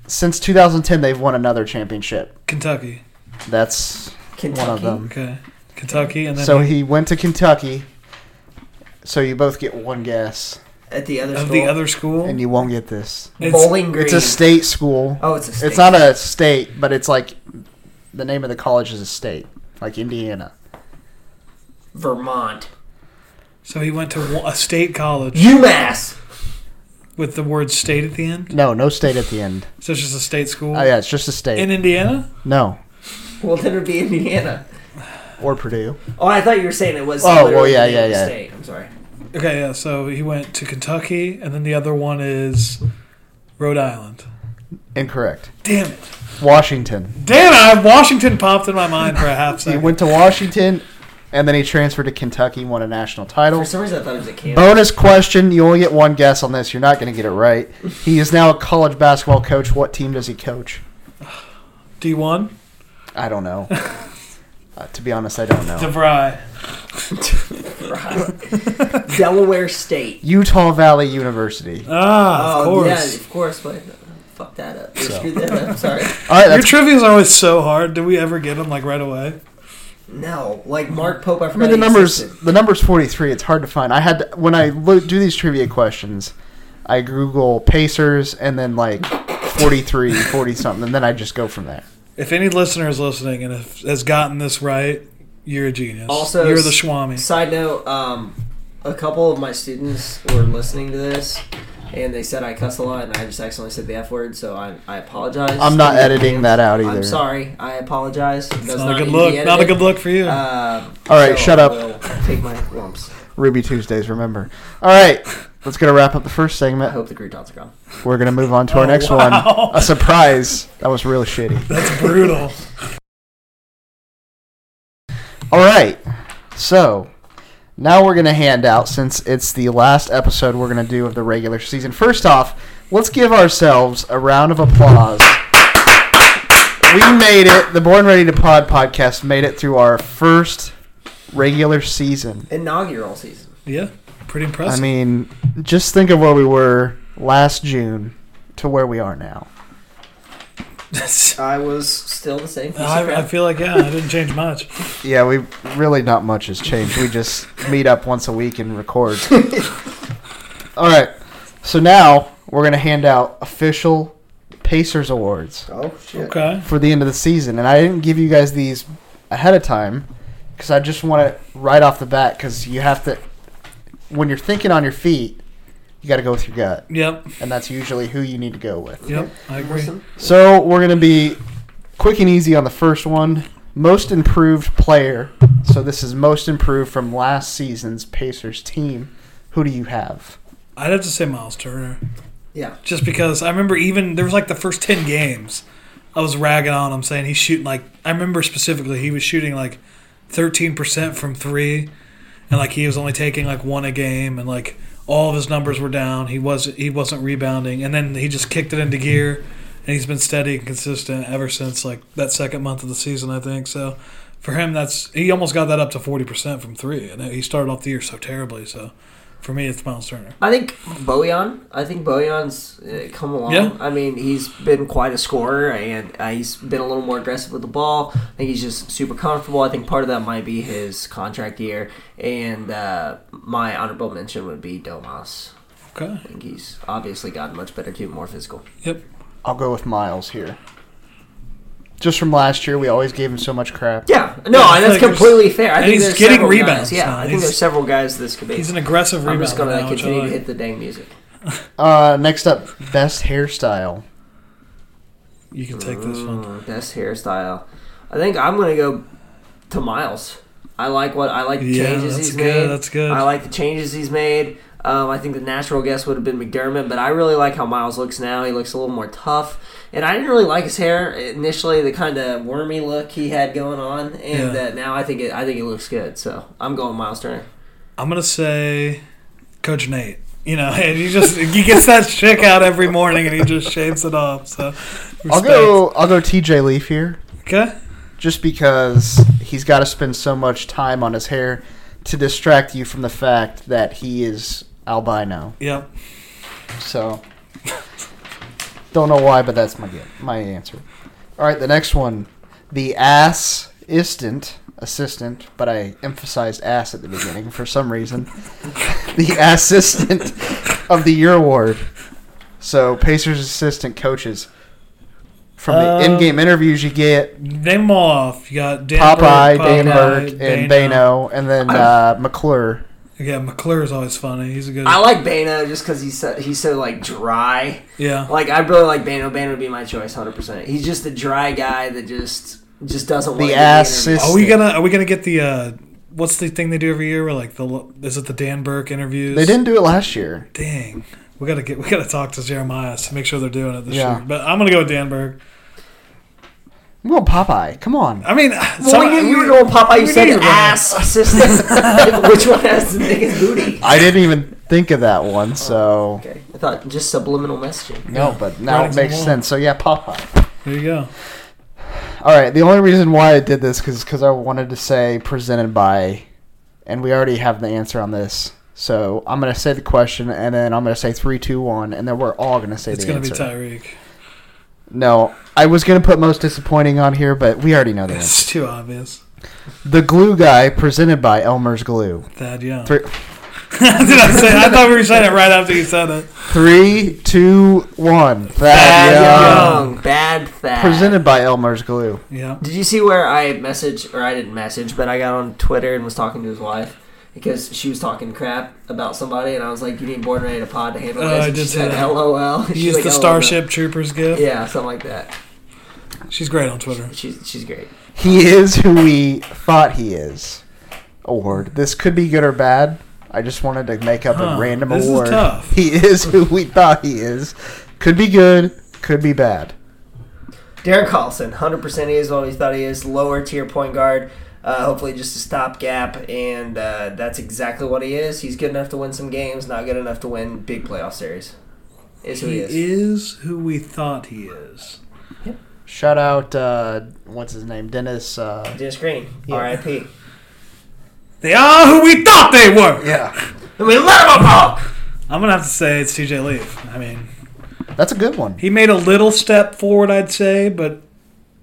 since 2010 they've won another championship Kentucky. that's one of Kentucky? them Okay, Kentucky, and then so he went to kentucky so you both get one guess At the other of school. the other school. and you won't get this It's- Bowling Green. it's a state school Oh, it's a state. it's not a state but it's like the name of the college is a state like indiana Vermont. So he went to wa- a state college UMass. with the word state at the end. No, no state at the end. So it's just a state school Oh yeah, it's just a state. in Indiana. no, Well, then it'd be Indiana. or Purdue. Oh, I thought you were saying it was. Oh, literally well, yeah, the name yeah, of the yeah. State. I'm sorry. Okay, yeah. So he went to Kentucky, and then the other one is Rhode Island. Incorrect. Damn it! Washington. Damn it! Washington popped in my mind for a half He second. went to Washington, and then he transferred to Kentucky, won a national title. For some reason, I thought it was a Kansas. Bonus question: You only get one guess on this. You're not going to get it right. He is now a college basketball coach. What team does he coach? D one I don't know. Uh, to be honest, I don't know. DeVry. Delaware State. Utah Valley University. All Ah, of oh course. yeah, of course. But fuck that up. You screwed that up. Sorry. right, Your that's, trivia's are always so hard. Do we ever get them like right away? No, like Mark Pope. I I mean forgot the he numbers. existed. The numbers 43. It's hard to find. I had to, when I lo- do these trivia questions, I Google Pacers and then like 43, 40 something, and then I just go from there. If any listener is listening and if, has gotten this right, you're a genius. Also, you're the s- Schwami. Side note: um, a couple of my students were listening to this, and they said I cuss a lot, and I just accidentally said the f word, so I, I apologize. I'm not editing that out either. I'm sorry. I apologize. That's not, a good look. Not a good look for you. Uh, All right, shut up. Take my lumps. Ruby Tuesdays. Remember. All right, let's gonna wrap up the first segment. I hope the croutons are gone. We're gonna move on to our next one. A surprise. That was really shitty. That's brutal. All right. So now we're gonna hand out since it's the last episode we're gonna do of the regular season. First off, let's give ourselves a round of applause. We made it. The Born Ready to Pod podcast made it through our first regular season. Inaugural season. yeah, pretty I impressive. mean, just think of where we were last June to where we are now. I was still the same. piece of I, I crap. feel like yeah, I didn't change much. Yeah, we really not much has changed. We just meet up once a week and record. All right. So now we're gonna hand out official Pacers awards oh shit. Okay. for the end of the season, and I didn't give you guys these ahead of time because I just want it right off the bat because you have to when you're thinking on your feet, you got to go with your gut, Yep. and that's usually who you need to go with. Yep. I agree. So we're gonna be quick and easy on the first one. Most improved player. So this is most improved from last season's Pacers team. Who do you have? I'd have to say Miles Turner, Yeah. just because I remember even there was like the first ten games, I was ragging on him saying he's shooting like I remember specifically he was shooting like thirteen percent from three, and like he was only taking like one a game, and like all of his numbers were down. He wasn't he wasn't rebounding, and then he just kicked it into gear, and he's been steady and consistent ever since like that second month of the season, I think. So. For him, that's he almost got that up to forty percent from three, and he started off the year so terribly. So, for me, it's Miles Turner. I think Bojan. I think Bojan's uh, come along. Yeah. I mean, he's been quite a scorer, and uh, he's been a little more aggressive with the ball. I think he's just super comfortable. I think part of that might be his contract year, and uh, my honorable mention would be Domas. Okay. I think he's obviously gotten much better too, more physical. Yep. I'll go with Miles here. Just from last year, we always gave him so much crap. Yeah, no, Yeah, I and feel that's like completely there's- fair. I and think he's there's getting several rebounds Guys. Yeah, now. I think He's- there's several guys this could be. He's an aggressive rebounder. I'm just gonna now, which I continue like. to hit the dang music. Uh, next up, best hairstyle. You can take this one. Best hairstyle. I think I'm gonna go to Miles. I like what I like the Yeah, changes that's he's good, made. that's good. I like the changes he's made. Um, I think the natural guess would have been McDermott, but I really like how Miles looks now. He looks a little more tough, and I didn't really like his hair initially, the kind of wormy look he had going on, and Yeah. uh, now I think it, I think it looks good. So I'm going Miles Turner. I'm gonna say Coach Nate. You know, and he just he gets that chick out every morning and he just shaves it off. So I'll go. I'll go TJ Leaf here, Okay. just because he's got to spend so much time on his hair to distract you from the fact that he is albino. Yep. So don't know why, but that's my get, my answer. All right, the next one, the ass istant assistant, but I emphasized ass at the beginning for some reason. the assistant of the year award. So Pacers assistant coaches. From the in-game interviews you get, Name them all off. You got Dan Popeye, Burke, Dan Burke, and Bano, and then uh, McClure. Yeah, McClure's always funny. He's a good. I like Bano just because he's so, he's so like dry. yeah. Like I really like Bano. Bano would be my choice, hundred percent. He's just the dry guy that just just doesn't. want to be ass interviewed. is- are we gonna Are we gonna get the uh, What's the thing they do every year? Where like the lo- is it the Dan Burke interviews? They didn't do it last year. Dang, we gotta get we gotta talk to Jeremiah to make sure they're doing it this Yeah. year. But I'm gonna go with Dan Burke. I'm going Popeye. Come on. I mean, Well, we knew Oh, you were going Popeye. You we said knew you were going- ass assistant. Which one has the biggest booty? I didn't even think of that Oh. one, so Okay, I thought just subliminal messaging. no, but now it Writing's on makes the wall. sense. So yeah, Popeye. There you go. All right. The only reason why I did this because I wanted to say presented by, and we already have the answer on this. So I'm gonna say the question, and then I'm gonna say three, two, one, and then we're all gonna say It's the gonna answer. be Tyreek. No, I was gonna put most disappointing on here, but we already know the answer. It's too obvious. The glue guy presented by Elmer's Glue. Thad Young. Three, Did I say? I thought we were saying it right after you said it. three, two, one. Thad Young. Bad young, bad fat. Presented by Elmer's Glue. Yeah. Did you see where I messaged, or I didn't message, but I got on Twitter and was talking to his wife because she was talking crap about somebody, and I was like, "You need born ready to pod to handle Oh, this." I and did she see said, that. "LOL." She's Use like, the "LOL." Starship Troopers gift. Yeah, something like that. She's great on Twitter. She's she's great. He is who we thought he is. Award. This could be good or bad. I just wanted to make up Huh, a random this is award. tough. He is who we thought he is. Could be good. Could be bad. Derek Carlson, 100% he is what we thought he is. Lower tier point guard, uh, hopefully just a stopgap, and uh, that's exactly what he is. He's good enough to win some games, not good enough to win big playoff series. Is who he, He is. is who we thought he is. Shout out. Uh, what's his name? Dennis. Uh, Dennis Green, RIP. They are who we thought they were. yeah, I mean, let him talk! I'm gonna have to say it's T.J. Leaf. I mean, that's a good one. he made a little step forward, I'd say, but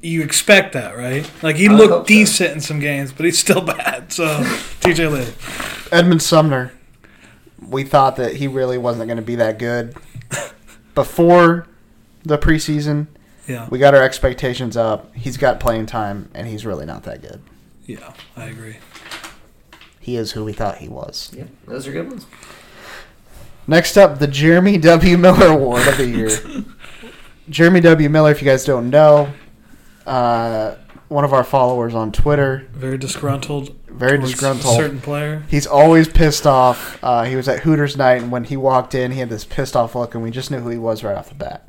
you expect that, right? Like he hope so. looked decent in some games, but he's still bad. So T.J. Leaf. Edmund Sumner. We thought that he really wasn't going to be that good before the preseason. Yeah. We got our expectations up. He's got playing time, and he's really not that good. Yeah, I agree. He is who we thought he was. Yeah, those are good ones. Next up, the Jeremy W. Miller Award of the Year. Jeremy W. Miller, if you guys don't know, uh, one of our followers on Twitter, Very disgruntled. very towards disgruntled. A certain player. He's always pissed off. Uh, he was at Hooters night, and when he walked in, he had this pissed off look, and we just knew who he was right off the bat.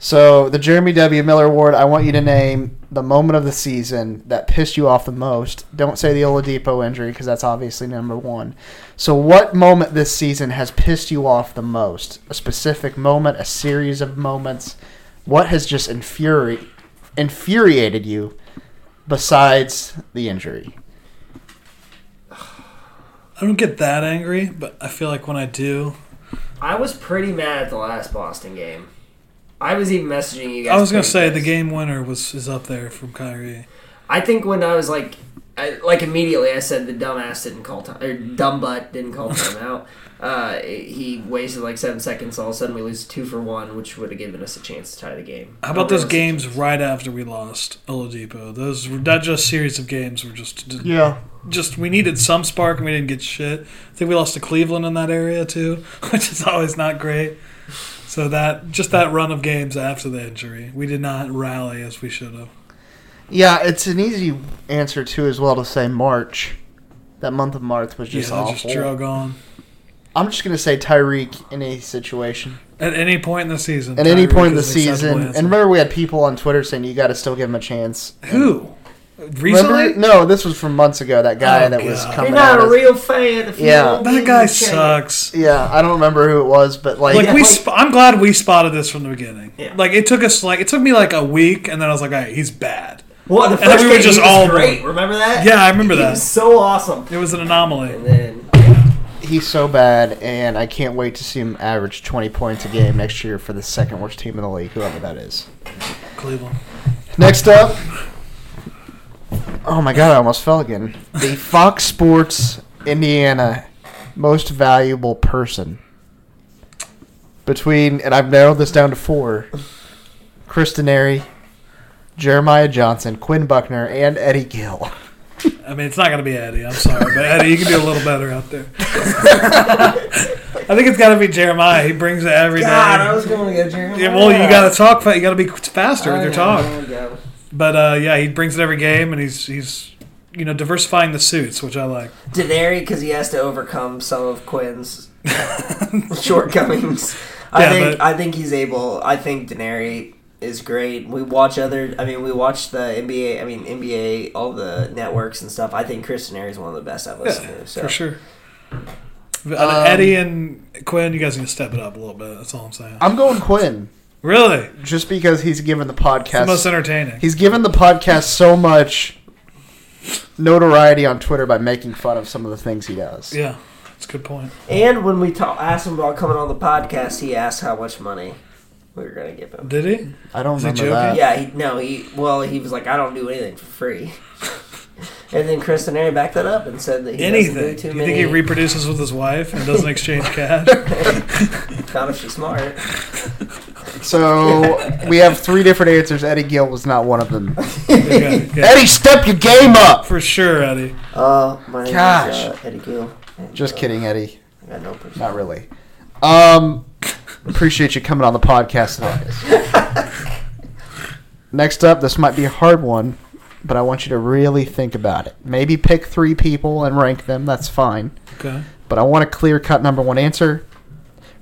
So, the Jeremy W. Miller Award, I want you to name the moment of the season that pissed you off the most. Don't say the Oladipo injury, because that's obviously number one. So, what moment this season has pissed you off the most? A specific moment, a series of moments? What has just infuri- infuriated you besides the injury? I don't get that angry, but I feel like when I do, I was pretty mad at the last Boston game. I was even messaging you guys. I was gonna pretty say pissed. the game winner was is up there from Kyrie. I think when I was like, I, like immediately, I said the dumbass didn't call time or dumb butt didn't call timeout. uh, he wasted like seven seconds. All of a sudden, we lose two for one, which would have given us a chance to tie the game. How about Or those else- games right after we lost Oladipo? Those were not just series of games. Were just Yeah. just we needed some spark and we didn't get shit. I think we lost to Cleveland in that area too, which is always not great. So that just that run of games after the injury, we did not rally as we should have. Yeah, it's an easy answer too, as well to say March. That month of March was Yeah, just they awful. just drug on. I'm just gonna say Tyreek in any situation, At any point in the season. at any Tyreek point in the is an acceptable season. And answer. remember, we had people on Twitter saying you got to still give him a chance. who? Recently? Remember? No, this was from months ago. That guy Oh, that was God. You're coming not out. a As, real fan. If Yeah. you don't give That him guy a chance. sucks. yeah, I don't remember who it was, but like, Like we, sp- I'm glad we spotted this from the beginning. Yeah. Like it took us like it took me like a week, and then I was like, "All right, he's bad." Well, the then first we were game, just he was all- great. Remember that? Yeah, I remember he that. was so awesome. It was an anomaly. And then he's so bad, and I can't wait to see him average 20 points a game next year for the second worst team in the league, whoever that is. Cleveland. Next up. Oh my god, I almost fell again. The Fox Sports Indiana Most Valuable Person. Between, and I've narrowed this down to four Kristen Airy, Jeremiah Johnson, Quinn Buckner, and Eddie Gill. I mean, it's not going to be Eddie. I'm sorry, but Eddie, you can do a little better out there. I think it's got to be Jeremiah. He brings it every day. God, I was going to go Jeremiah. Yeah, well, you got to talk. fa- You got to be faster with your talk. There we go. But uh, yeah, he brings it every game, and he's he's you know diversifying the suits, which I like. Daenerys, because he has to overcome some of Quinn's shortcomings. I Yeah, think but- I think he's able. I think Daenerys is great. We watch other. I mean, we watch the NBA. I mean, NBA, all the networks and stuff. I think Chris Daenerys is one of the best I've listened to. So For sure. But, uh, Eddie and Quinn, you guys need to step it up a little bit. That's all I'm saying. I'm going Quinn Really, just because he's given the the most podcast. entertaining. He's given the podcast so much notoriety on Twitter by making fun of some of the things he does. yeah, that's a good point. And when we talk, asked him about coming on the podcast, he asked how much money we were gonna give him. Did he? I don't Is he remember joking? that. Yeah, he, no, he well, he was like, I don't do anything for free. and then Chris Daenerys backed that up and said that he doesn't Anything? do Do too you many. think he reproduces with his wife and doesn't exchange cash? not if she's smart. So we have three different answers. Eddie Gill was not one of them. Okay, yeah. Eddie, step your game up. For sure, Eddie. Oh my Gosh. gosh, uh, Eddie Gill. And, Just uh, kidding, Eddie. I got no person. Not really. Um, appreciate you coming on the podcast tonight. Next up, this might be a hard one, but I want you to really think about it. Maybe pick three people and rank them. That's fine. Okay. But I want a clear cut number one answer.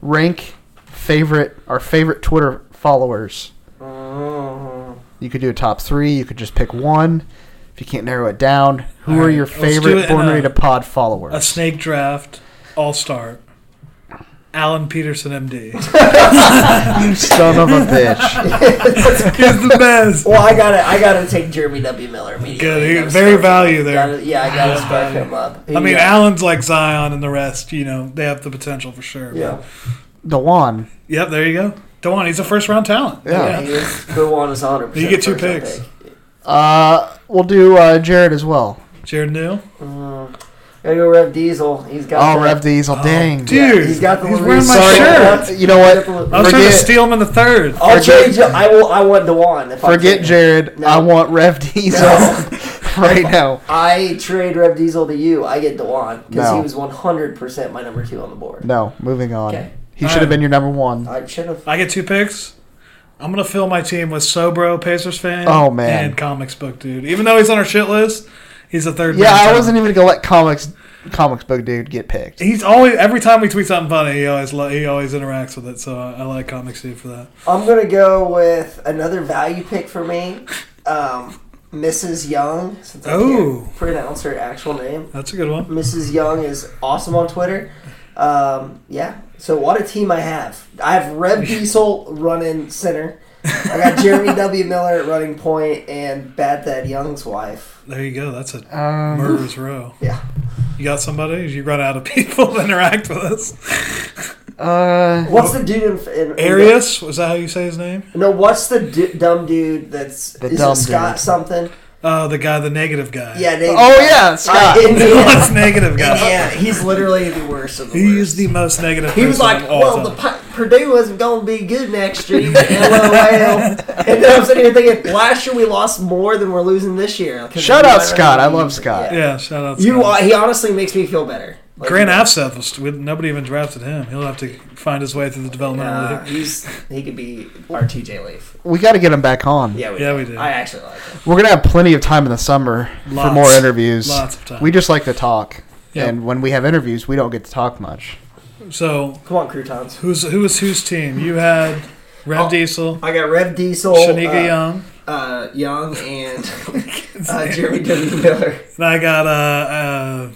Rank favorite our favorite Twitter followers. Uh-huh. You could do a top three. You could just pick one. If you can't narrow it down, who All are right, your let's do favorite it in Born a- Ready to Pod followers? A snake draft, all star. Alan Peterson, MD. Son of a bitch. He's the best. Well, I gotta, I gotta take Jeremy W. Miller immediately. Good, he- Gotta very spark- value there. gotta- yeah, I gotta Very spark value. him up. I mean, yeah. Alan's like Zion and the rest, you know, they have the potential for sure. but- Yeah, Dewan. Yep, there you go. Dewan, he's a first round talent. Yeah. he is. The one is 100. You get two picks. Uh, we'll do uh, Jared as well. Jared Neal. Gotta go Rev Diesel. He's got. Oh, Rev Diesel. Dang. Dude, he's got the little- wearing my Sorry. shirt. Sorry. You know what? I was trying to Forget- steal him in the third. I'll Forget- change. it. I will. I want the one. If I Forget can. Jared. No. I want Rev Diesel No. right now. I trade Rev Diesel to you. I get Dewan because No. he was 100 percent my number two on the board. No, moving on. Okay. He should have been your number one. I should have. I get two picks. I'm gonna fill my team with Sobro, Pacers fan. Oh, man. and comics book dude. Even though he's on our shit list, he's a third. Yeah, man I talent. wasn't even gonna let comics comics book dude get picked. He's always every time we tweet something funny, he always li- he always interacts with it. So I, I like comics dude for that. I'm gonna go with another value pick for me, um, Mrs. Young. Since I Ooh. can't pronounce her actual name, That's a good one. Mrs. Young is awesome on Twitter. Um, yeah. So what a team I have. I have Rev Diesel running center. I got Jeremy W. Miller at running point and Bad Dad Young's wife. There you go. That's a murderer's row. Yeah. You got somebody? You run out of people to interact with us. Uh, What's the dude in, in, in Arius was that how you say his name? No, what's the d- dumb dude that's The is dumb it Scott dude. something? Oh, the guy, the negative guy. Yeah, they, oh yeah, Scott. Uh, What's Indiana, negative guy? Indiana. He's literally the worst of the He worst. is the most negative. He was person like, of all "Well, time. the Pi- Purdue isn't going to be good next year." LOL. and then I'm sitting here thinking, last year we lost more than we're losing this year. 'Cause Shout we out might Scott. not I be- love Scott. yeah, shout out. You, Scott. are- he honestly makes me feel better. Like, uh, Grant Afseth was we- nobody even drafted him. He'll have to find his way through the developmental uh, league. he's he could be our TJ Leaf. We got to get him back on. Yeah, we, Yeah, do. we do. I actually like him. We're gonna have plenty of time in the summer for Lots. more interviews. Lots of time. We just like to talk, Yeah. and when we have interviews, we don't get to talk much. So Come on, croutons. who's who was whose team? You had Rev Oh. Diesel, I got Rev Diesel, Shanika uh, Young, uh, Young, and uh, Jeremy W. Miller. and I got uh, uh,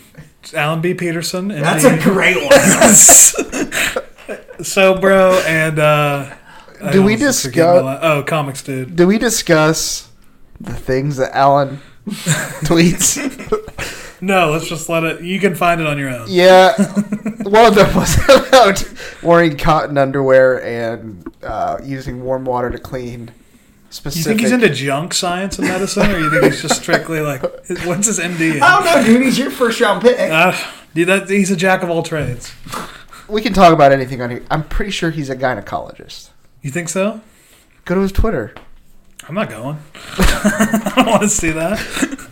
Alan B. Peterson. And That's a great one. so bro and. Uh, I Do we almost forget my discuss- la- Oh, comics, dude. Do we discuss the things that Alan tweets? No, let's just let it. You can find it on your own. Yeah, one of them was about wearing cotton underwear and uh, using warm water to clean. Specific. You think he's into junk science and medicine, or you think he's just strictly like, what's his MD? in? I don't know, dude. He's your first round pick. Uh, dude, that, he's a jack of all trades. we can talk about anything on here. I'm pretty sure he's a gynecologist. You think so? Go to his Twitter. I'm not going. I don't want to see that.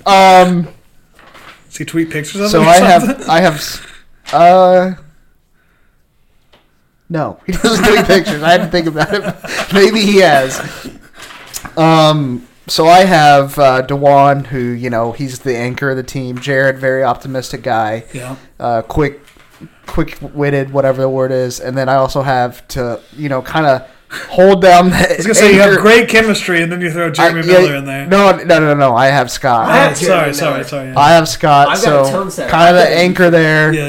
Um, Does he tweet pictures of So him or I something? have I have s- uh No, he doesn't do any pictures. I had to think about it. Maybe he has. Um so I have uh, Dewan, who you know he's the anchor of the team. Jared, very optimistic guy, Yeah. uh, quick, quick-witted, whatever the word is. And then I also have to, you know, kind of hold down. The I I was gonna say you have great chemistry, and then you throw Jeremy Miller in there. No, no, no, no. I have Scott. Oh, have sorry, Jeremy sorry, Miller. sorry. Yeah, I have Scott, I've got a so tone setter. kind of I've the got- anchor there yeah.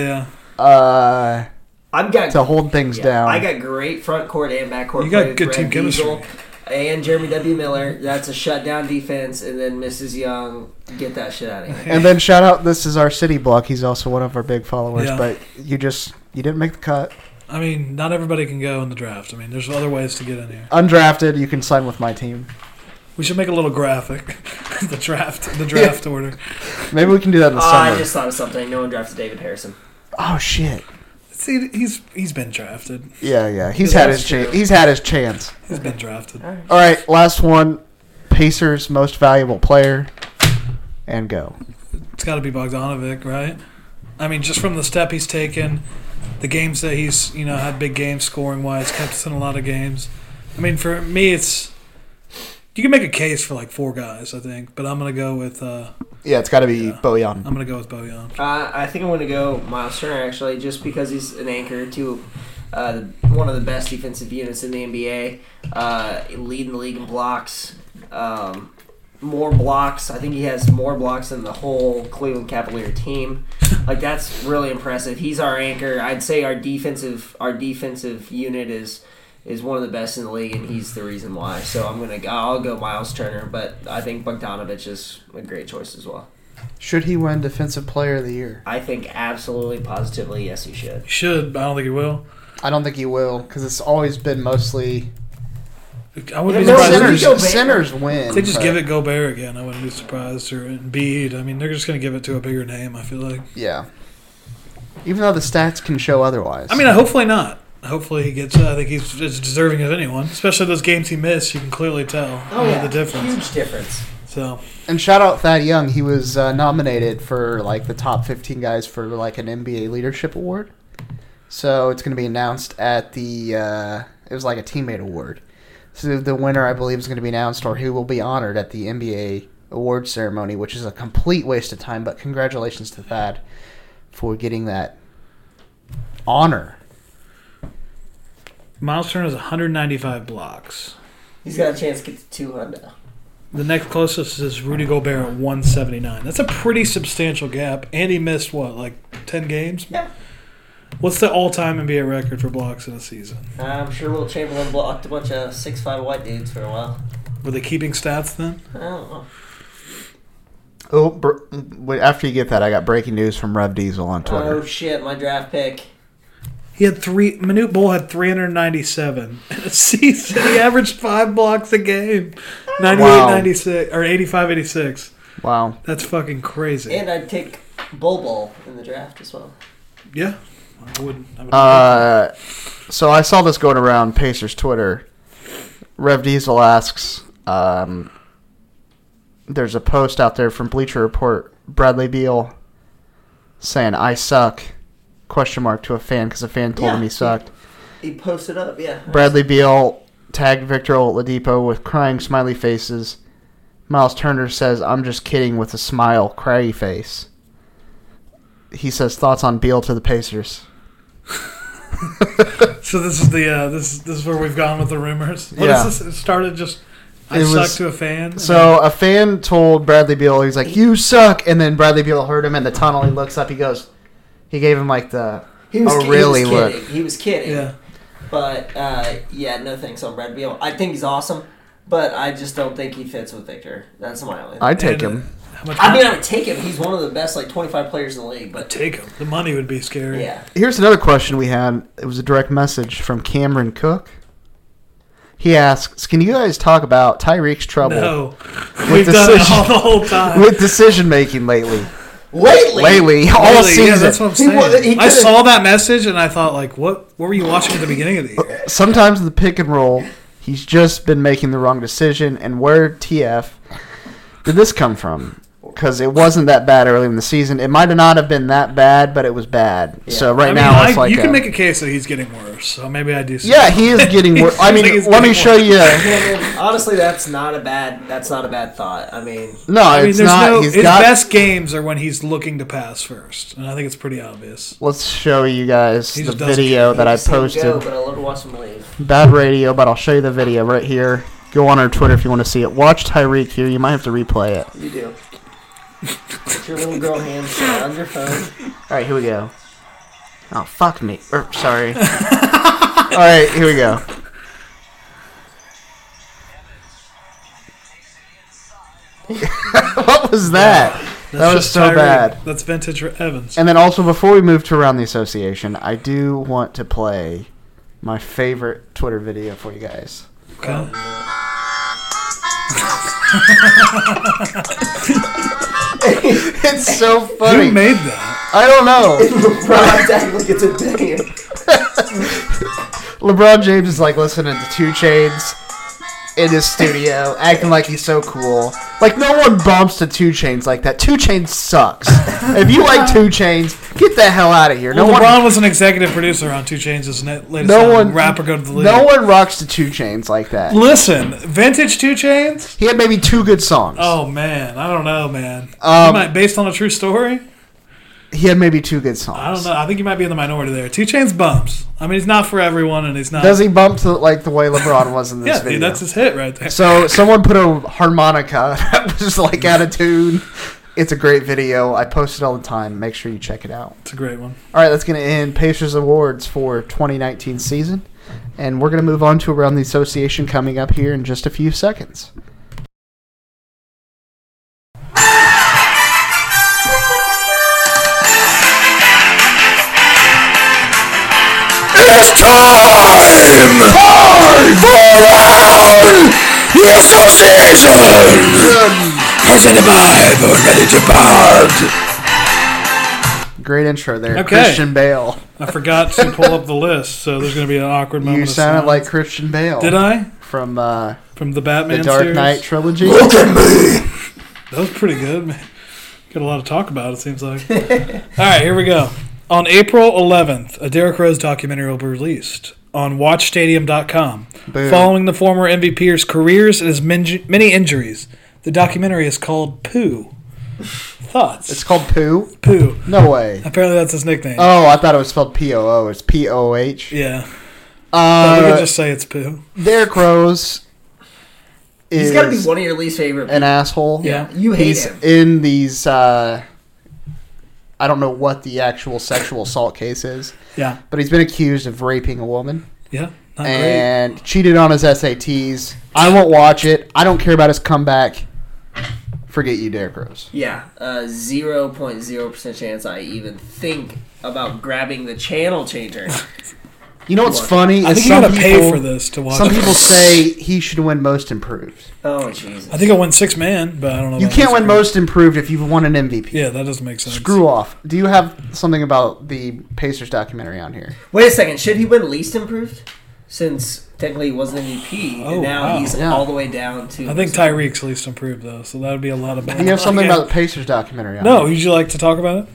yeah. uh, I've got to hold things yeah, down. I got great front court and back court. You got play with good team Brad Beagle chemistry. And Jeremy W. Miller. That's a shutdown defense. And then Mrs. Young, get that shit out of here. and then shout out, this is our city block. He's also one of our big followers, Yeah. but you just you didn't make the cut. I mean, not everybody can go in the draft. I mean, there's other ways to get in here. Undrafted, you can sign with my team. We should make a little graphic. the draft, the draft order. Maybe we can do that in the Oh, I summer. just thought of something. No one drafted David Harrison. Oh shit! See, he's he's been drafted. Yeah, yeah. He's had his That's chance. true. He's had his chance. He's been drafted. All right, last one. Pacers most valuable player, and go. It's got to be Bogdanovic, right? I mean, just from the step he's taken, the games that he's you know had big games scoring wise, kept us in a lot of games. I mean, for me, it's you can make a case for like four guys, I think, but I'm gonna go with uh, Yeah, it's got to be Bojan. I'm gonna go with Bojan. Uh, I think I'm going to go Miles Turner actually, just because he's an anchor to uh, the, one of the best defensive units in the NBA, uh, leading the league in blocks. Um, more blocks. I think he has more blocks than the whole Cleveland Cavalier team. Like that's really impressive. He's our anchor. I'd say our defensive our defensive unit is is one of the best in the league, and he's the reason why. So I'm gonna I'll go Miles Turner, but I think Bogdanovich is a great choice as well. Should he win Defensive Player of the Year? I think absolutely positively yes you should. He should, but I don't think he will. I don't think he will because it's always been mostly I wouldn't be Yeah, no, surprised. sinners. Leonard's- if Go Bear. Sinners win. They just but- give it Gobert again. I wouldn't be surprised or Embiid. I mean, they're just going to give it to a bigger name. I feel like. Yeah. Even though the stats can show otherwise. I mean, hopefully not. Hopefully he gets. it. I think he's as deserving of anyone, especially those games he missed. You can clearly tell you know, the difference. Oh, Huge difference. So and shout out Thad Young. He was uh, nominated for like the top 15 guys for like an NBA leadership award. So it's going to be announced at the. Uh, it was like a teammate award. So the winner, I believe, is going to be announced or he will be honored at the NBA award ceremony, which is a complete waste of time. But congratulations to Thad for getting that honor. Miles Turner has 195 blocks. He's got a chance to get to two hundred. The next closest is Rudy Gobert at 179. That's a pretty substantial gap, and he missed what, like 10 games? Yeah. What's the all-time NBA record for blocks in a season? I'm sure Will Chamberlain blocked a bunch of six five white dudes for a while. Were they keeping stats then? I don't know. Oh, br- wait, after you get that, I got breaking news from Rev Diesel on Oh shit, my draft pick. He had three. Manute Bull had 397 in a season. He averaged five blocks a game. 98, Wow. 96 or 85, 86. Wow. That's fucking crazy. And uh, I'd take Bull Bull in the draft as well. yeah, I would. I would Uh, so I saw this going around Pacers Twitter. Rev Diesel asks, um, "There's a post out there from Bleacher Report, Bradley Beal, saying I suck." Question mark to a fan because a fan told him Yeah. he sucked. He posted up, yeah. Bradley Beal tagged Victor Oladipo with crying smiley faces. Miles Turner says, "I'm just kidding" with a smile, cryy face. He says thoughts on Beal to the Pacers. so this is the uh, this this is where we've gone with the rumors. What is Yeah. this? It started just. I It suck was- to a fan. So a fan told Bradley Beal, he's like, "You suck," and then Bradley Beal heard him in the tunnel. He looks up, he goes, he gave him like the, He was, "Oh ki- really?" he was look. kidding. He was kidding. yeah, But uh, yeah, no thanks on Brad Beal. I think he's awesome, but I just don't think he fits with Victor. That's my only. I, I'd take And, him. how much I mean, I would take him. He's one of the best like 25 players in the league, but take him. The money would be scary. yeah. Here's another question we had. It was a direct message from Cameron Cook. He asks, "Can you guys talk about Tyreek's trouble No, we've the done it decision- all the whole time. with decision making lately? Lately, Lately, all Really, season. yeah, that's what I'm He saying. wa- he I could've- saw that message and I thought, like, what? What were you watching at the beginning of the year? sometimes the pick and roll, he's just been making the wrong decision. And where TF did this come from? because it wasn't that bad early in the season. It might not have been that bad, but it was bad. So right I mean, now it's I, like you can a- make a case that he's getting worse. So maybe I do. see yeah, he is getting worse. I mean, He's let me getting show you. Honestly, that's not a bad. That's not a bad thought. I mean, No, I mean, it's there's not. no. he's his got. best games are when he's looking to pass first, and I think it's pretty obvious. Let's show you guys He the just doesn't video care. that I see him posted. Go, but I love to watch him leave. Bad radio, but I'll show you the video right here. Go on our Twitter if you want to see it. Watch Tyreek here. You might have to replay it. You do. Put your little girl hands on your phone. All right, here we go. Oh fuck me. Er, sorry. All right, here we go. what was that? that That's was just so Tyreek. bad. That's vintage Evans. And then also before we move to around the association, I do want to play my favorite Twitter video for you guys. Okay. It's so Who funny. made that? I don't know. LeBron technically gets a dang. LeBron James is like listening to Two Chains in his studio, acting like he's so cool. Like no one bumps to Two Chains like that. Two Chains sucks. if you like Two Chains, get the hell out of here. No Well, one. LeBron was an executive producer on Two Chains' latest no album, one. rapper go to the league. no one rocks to Two Chains like that. Listen, vintage Two Chains. He had maybe two good songs. Oh man, I don't know, man. Um, you might, based on a true story, He had maybe two good songs. I don't know. I think you might be in the minority there. Two Chains bumps. I mean, he's not for everyone, and he's not. Does he bump to like the way LeBron was in this yeah, video? dude, that's his hit right there. So someone put a harmonica that was just like out of tune. It's a great video. I post it all the time. Make sure you check it out. It's a great one. All right, that's going to end Pacers awards for 2019 season, and we're going to move on to around the association coming up here in just a few seconds. It's time! for Round the Association! Presented by the Ready to Part! Great intro there, Okay. Christian Bale. I forgot to pull up the list, so there's going to be an awkward moment. You of sounded silence. like Christian Bale Did I from uh, from the the Batman Dark series? Knight trilogy. Look at me! That was pretty good, man. Got a lot of talk about it, seems like. All right, here we go. On April 11th, a Derrick Rose documentary will be released on watchstadium.com. Boom. Following the former MVP's careers and his min- many injuries, the documentary is called Pooh. Thoughts? It's called Pooh. Pooh. No way. Apparently, that's his nickname. Oh, I thought it was spelled P O O. It's P O H. yeah. we Uh, could just say it's Pooh. Derrick Rose He's is got to be one of your least favorite. an asshole. Yeah. You hate He's him. in these. Uh, I don't know what the actual sexual assault case is, Yeah. but he's been accused of raping a woman Yeah. Not great. and cheated on his SATs. I won't watch it. I don't care about his comeback. Forget you, Derrick Rose. Yeah, zero point zero percent chance I even think about grabbing the channel changer. You know what's funny? I is think you some gotta pay people- for this to watch. Some it. people say he should win Most Improved. Oh Jesus! I think I won six man, but I don't know. You about can't this win group. Most Improved if you've won an MVP. Yeah, that doesn't make sense. Screw off. Do you have something about the Pacers documentary on here? Wait a second. Should he win least improved? Since technically he wasn't MVP, Oh, and now wow. he's Yeah. all the way down to. I think Tyreek's least improved though, so that would be a lot of bad. Do you have something Yeah. about the Pacers documentary on No, here? would you like to talk about it?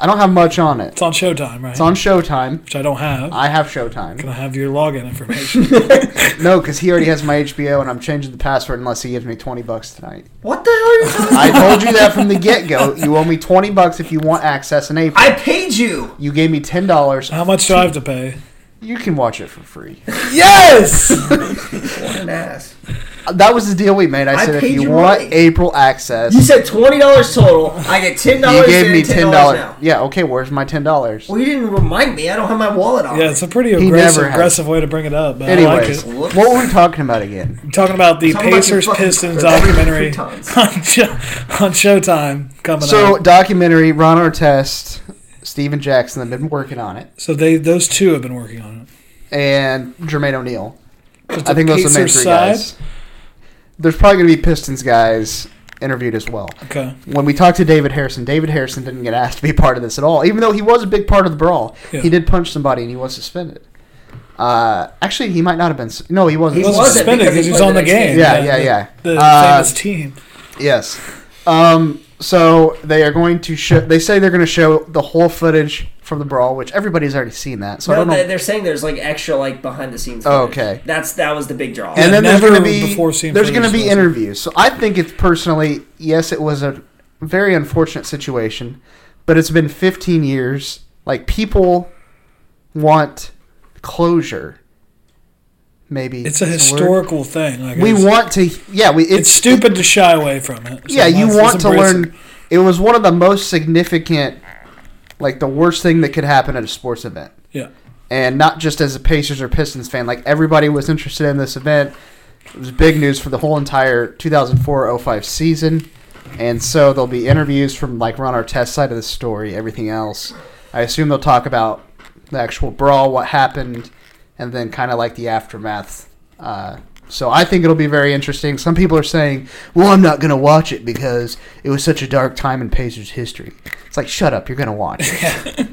I don't have much on it. It's on Showtime, right? It's on Showtime. Which I don't have. I have Showtime. Can I have your login information? No, because he already has my HBO, and I'm changing the password unless he gives me 20 bucks tonight. What the hell are you talking? I told you that from the get go. You owe me 20 bucks if you want access in April. I paid you. You gave me $10. How much do I have to pay? You can watch it for free. Yes. What an ass. That was the deal we made. I I said, if paid you you want money. April access, You said twenty dollars total. I get ten you dollars. gave me ten $10. dollars. Yeah, okay, where's my $10? Well, you didn't remind me. I don't have my wallet on. yeah, it's a pretty He aggressive, never has. aggressive way to bring it up. But I like Anyways, it. Whoops. what were we talking about again? I'm talking about the Talking about your Pacers fucking Pistons croutons. documentary on, Croutons. Sho- on Showtime coming So out. documentary, Ron Artest, Steven Jackson have been working on it, So they those two have been working on it. and Jermaine O'Neal. Just I think those are the main Pacers three guys. There's probably going to be Pistons guys interviewed as well. Okay. When we talked to David Harrison, David Harrison didn't get asked to be part of this at all, even though he was a big part of the brawl. Yeah. He did punch somebody and he was suspended. Uh, actually, he might not have been. s- No, he wasn't. He Wasn't wasn't suspended because because he he was played on the the Uh, next game. game. Yeah, yeah, yeah. The, the Uh, famous team. Yes. Um, So they are going to show. They say they're going to show the whole footage from the brawl, which everybody's already seen that. So I No, don't know. they- they're saying there's like extra like behind the scenes. Oh, footage. okay. That's that was the big draw. and then there's Never going to be before seen there's footage, going to be wasn't it? interviews. So I think it's personally yes, it was a very unfortunate situation, but it's been 15 years. Like people want closure. Maybe It's a is the word. historical thing. Like We it's, want to yeah we It's stupid to shy away from it. So yeah, you let's- want let's to embrace it. learn. It was one of the most significant, like the worst thing that could happen at a sports event, Yeah. and not just as a Pacers or Pistons fan. Like everybody was interested in this event. It was big news for the whole entire 2004-05 season, and so there'll be interviews from like Ron Artest's side of the story, everything else. I assume they'll talk about the actual brawl, what happened, and then kind of like the aftermath. Uh, so I think it'll be very interesting. Some people are saying, "Well, I'm not going to watch it because it was such a dark time in Pacers history." It's like, shut up, you're going to watch. it.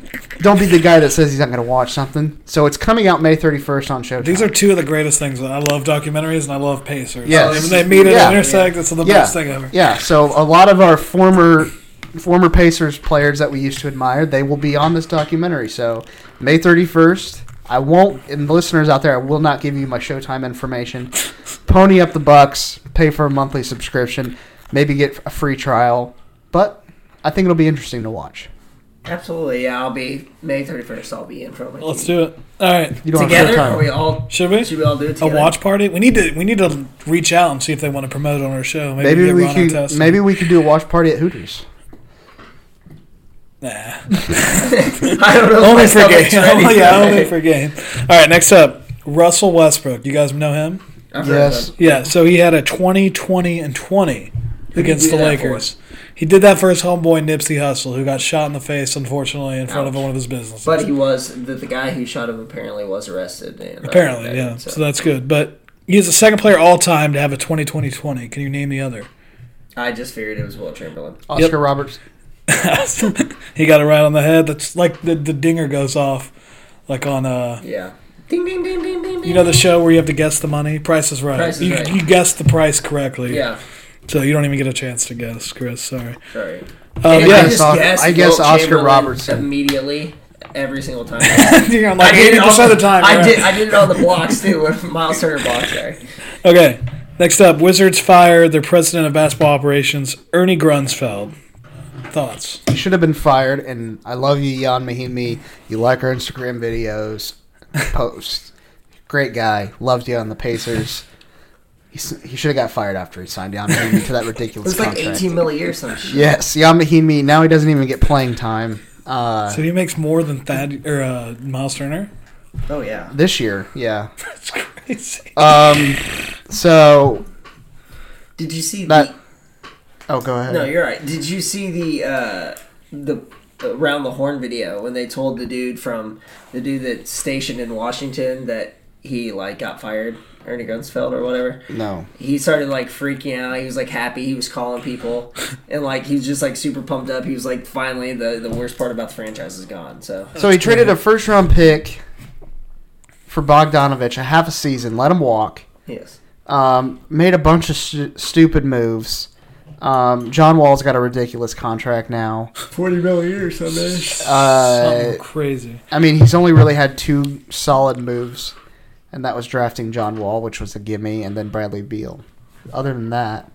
Don't be the guy that says he's not going to watch something. So it's coming out May 31st on Showtime. These are two of the greatest things. I love documentaries and I love Pacers. Yes. When they meet at Yeah. an intersect, it's the yeah, best thing ever. yeah. So a lot of our former former Pacers players that we used to admire, they will be on this documentary. So May 31st. I won't, and the listeners out there, I will not give you my Showtime information. Pony up the bucks, pay for a monthly subscription, maybe get a free trial. But I think it'll be interesting to watch. Absolutely, yeah. I'll be May 31st. I'll be in front of my Let's TV. do it. All right. You don't together. have Are we Showtime. all? Should we? Should we all do it A together? watch party? We need to we need to reach out and see if they want to promote it on our show. Maybe, Maybe get we Ron could, Artest. maybe we could do a watch party at Hooters. nah. I don't know. only if for my game. stomach's ready yeah, for only it. for game. All right, next up, Russell Westbrook. You guys know him? I've heard of Yes. them. Yeah, so he had a 20, 20, and 20 against did the he do that Lakers. He did that for his homeboy Nipsey Hussle, who got shot in the face, unfortunately, in front of one of his businesses. But he was the, the guy who shot him. Apparently, was arrested. And uh, Apparently, yeah. So. that's good. But he's the second player all time to have a 20, 20, 20. Can you name the other? I just figured it was Will Chamberlain. Oscar Roberts. he got it right on the head. That's like the, the dinger goes off, like on uh, Yeah. Ding ding ding ding ding. you know the show where you have to guess the money. Price is right. Price is you, Right. you guessed the price correctly. Yeah. So you don't even get a chance to guess, Chris. Sorry. Sorry. Um, And yeah. I, just Os- guessed I guess Wilt Oscar Chamberlain Robertson. immediately every single time. You're on, I like did it 80% on of the time. I right? did. I did it on the blocks too. With Miles Turner blocks there. Okay. Next up, Wizards fire their president of basketball operations, Ernie Grunsfeld. Thoughts? You should have been fired. And I love you, Jan Mahimi. You like our Instagram videos, posts. Great guy. Loved you on the Pacers. He, s- he should have got fired after he signed Jan Mahimi to that It ridiculous was like contract. 18 mil a year. or Some shit. Yes, Jan Mahimi. Now he doesn't even get playing time uh, So he makes more than Thad or uh, Miles Turner. Oh yeah. this year. Yeah. That's crazy. Uh, Um. So Did you see that. the? Oh, go ahead. No, you're right. Did you see the uh, the around the horn video when they told the dude from the dude that's stationed in Washington that he like got fired, Ernie Gunsfeld or whatever? no. He started like freaking out. He was like happy. He was calling people, and like he was just like super pumped up. He was like, finally, the the worst part about the franchise is gone. So So he traded a first round pick for Bogdanovich, a half a season, let him walk. yes, um, made a bunch of stu- stupid moves. Um, John Wall's got a ridiculous contract now. forty mil a year or something. Uh, Something crazy. I mean, he's only really had two solid moves, and that was drafting John Wall, which was a gimme, and then Bradley Beal. Other than that,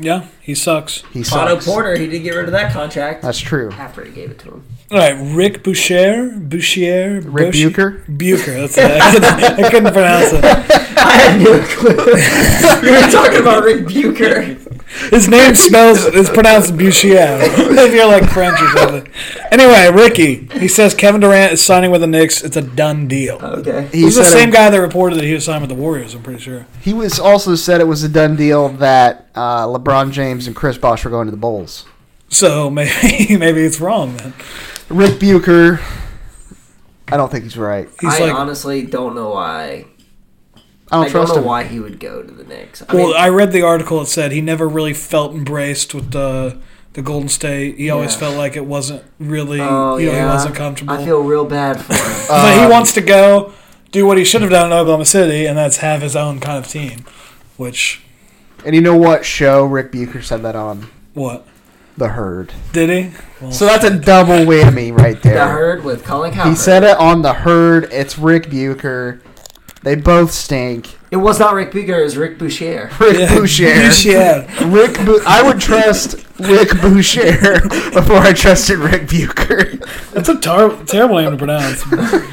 Yeah, he sucks. he Otto sucks. Porter, he did get rid of that contract That's true. after he gave it to him. All right, Rick Boucher, Boucher, Rick Bush- Bucher? Bucher. That's it. I couldn't, I couldn't pronounce it. I had no clue. you were talking about Rick Bucher. His name smells. It's pronounced Boucher. if you're like French or something. Anyway, Ricky. He says Kevin Durant is signing with the Knicks. It's a done deal. Okay. He He's the said same it- guy that reported that he was signed with the Warriors. I'm pretty sure. He was also said it was a done deal that uh, LeBron James and Chris Bosh were going to the Bulls. So maybe maybe it's wrong then. Rick Bucher, I don't think he's right. He's I like, honestly don't know I why. I don't don't, trust know him. why he would go to the Knicks. I well, mean, I read the article. It said he never really felt embraced with the the Golden State. He always Yeah. felt like it wasn't really. oh, you know, yeah. he wasn't comfortable. I feel real bad for him. but Um, he wants to go do what he should have done in Oklahoma City, and that's have his own kind of team. Which And you know what show Rick Bucher said that on? what? The herd. Did he? Well, So that's a double whammy right The there. Herd with Colin Cowherd. He said it on the herd. It's Rick Bucher. They both stink. It was not Rick Bucher, it was Rick Boucher. Rick Boucher. Yeah. Rick, Bu- I would trust Rick Boucher before I trusted Rick Bucher. That's a tar- terrible name to pronounce.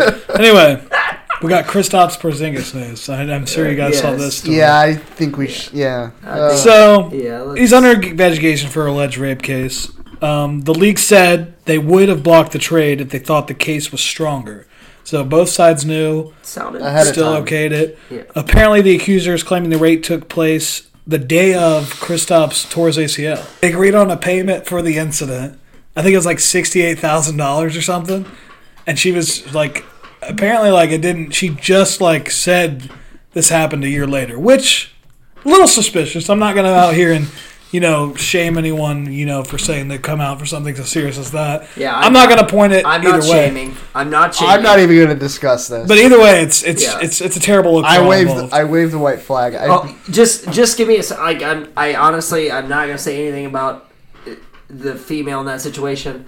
anyway, we got Kristaps Porzingis news. I, I'm sure you guys saw Yes. this. story. Yeah, I think we should. Yeah, Uh, So Yeah, let's- he's under investigation for alleged rape case. Um, the league said they would have blocked the trade if they thought the case was stronger. So both sides knew, Sounded I had it. still time. okayed it. Yeah. Apparently, the accuser is claiming the rape took place the day of Kristaps Torres ACL. They agreed on a payment for the incident. I think it was like sixty-eight thousand dollars or something. And she was like, apparently, like it didn't. She just like said this happened a year later, which a little suspicious. I'm not gonna out here and you know shame anyone you know for saying they come out for something as serious as that. Yeah, I'm, I'm not not- gonna point it I'm either not way. shaming. I'm not shaming. I'm not even going to discuss this. But either way, it's it's Yeah. it's it's a terrible look. I for all waved. involved. I waved the white flag. I, Oh, just just give me a s- like I'm I honestly I'm not gonna say anything about uh, the female in that situation.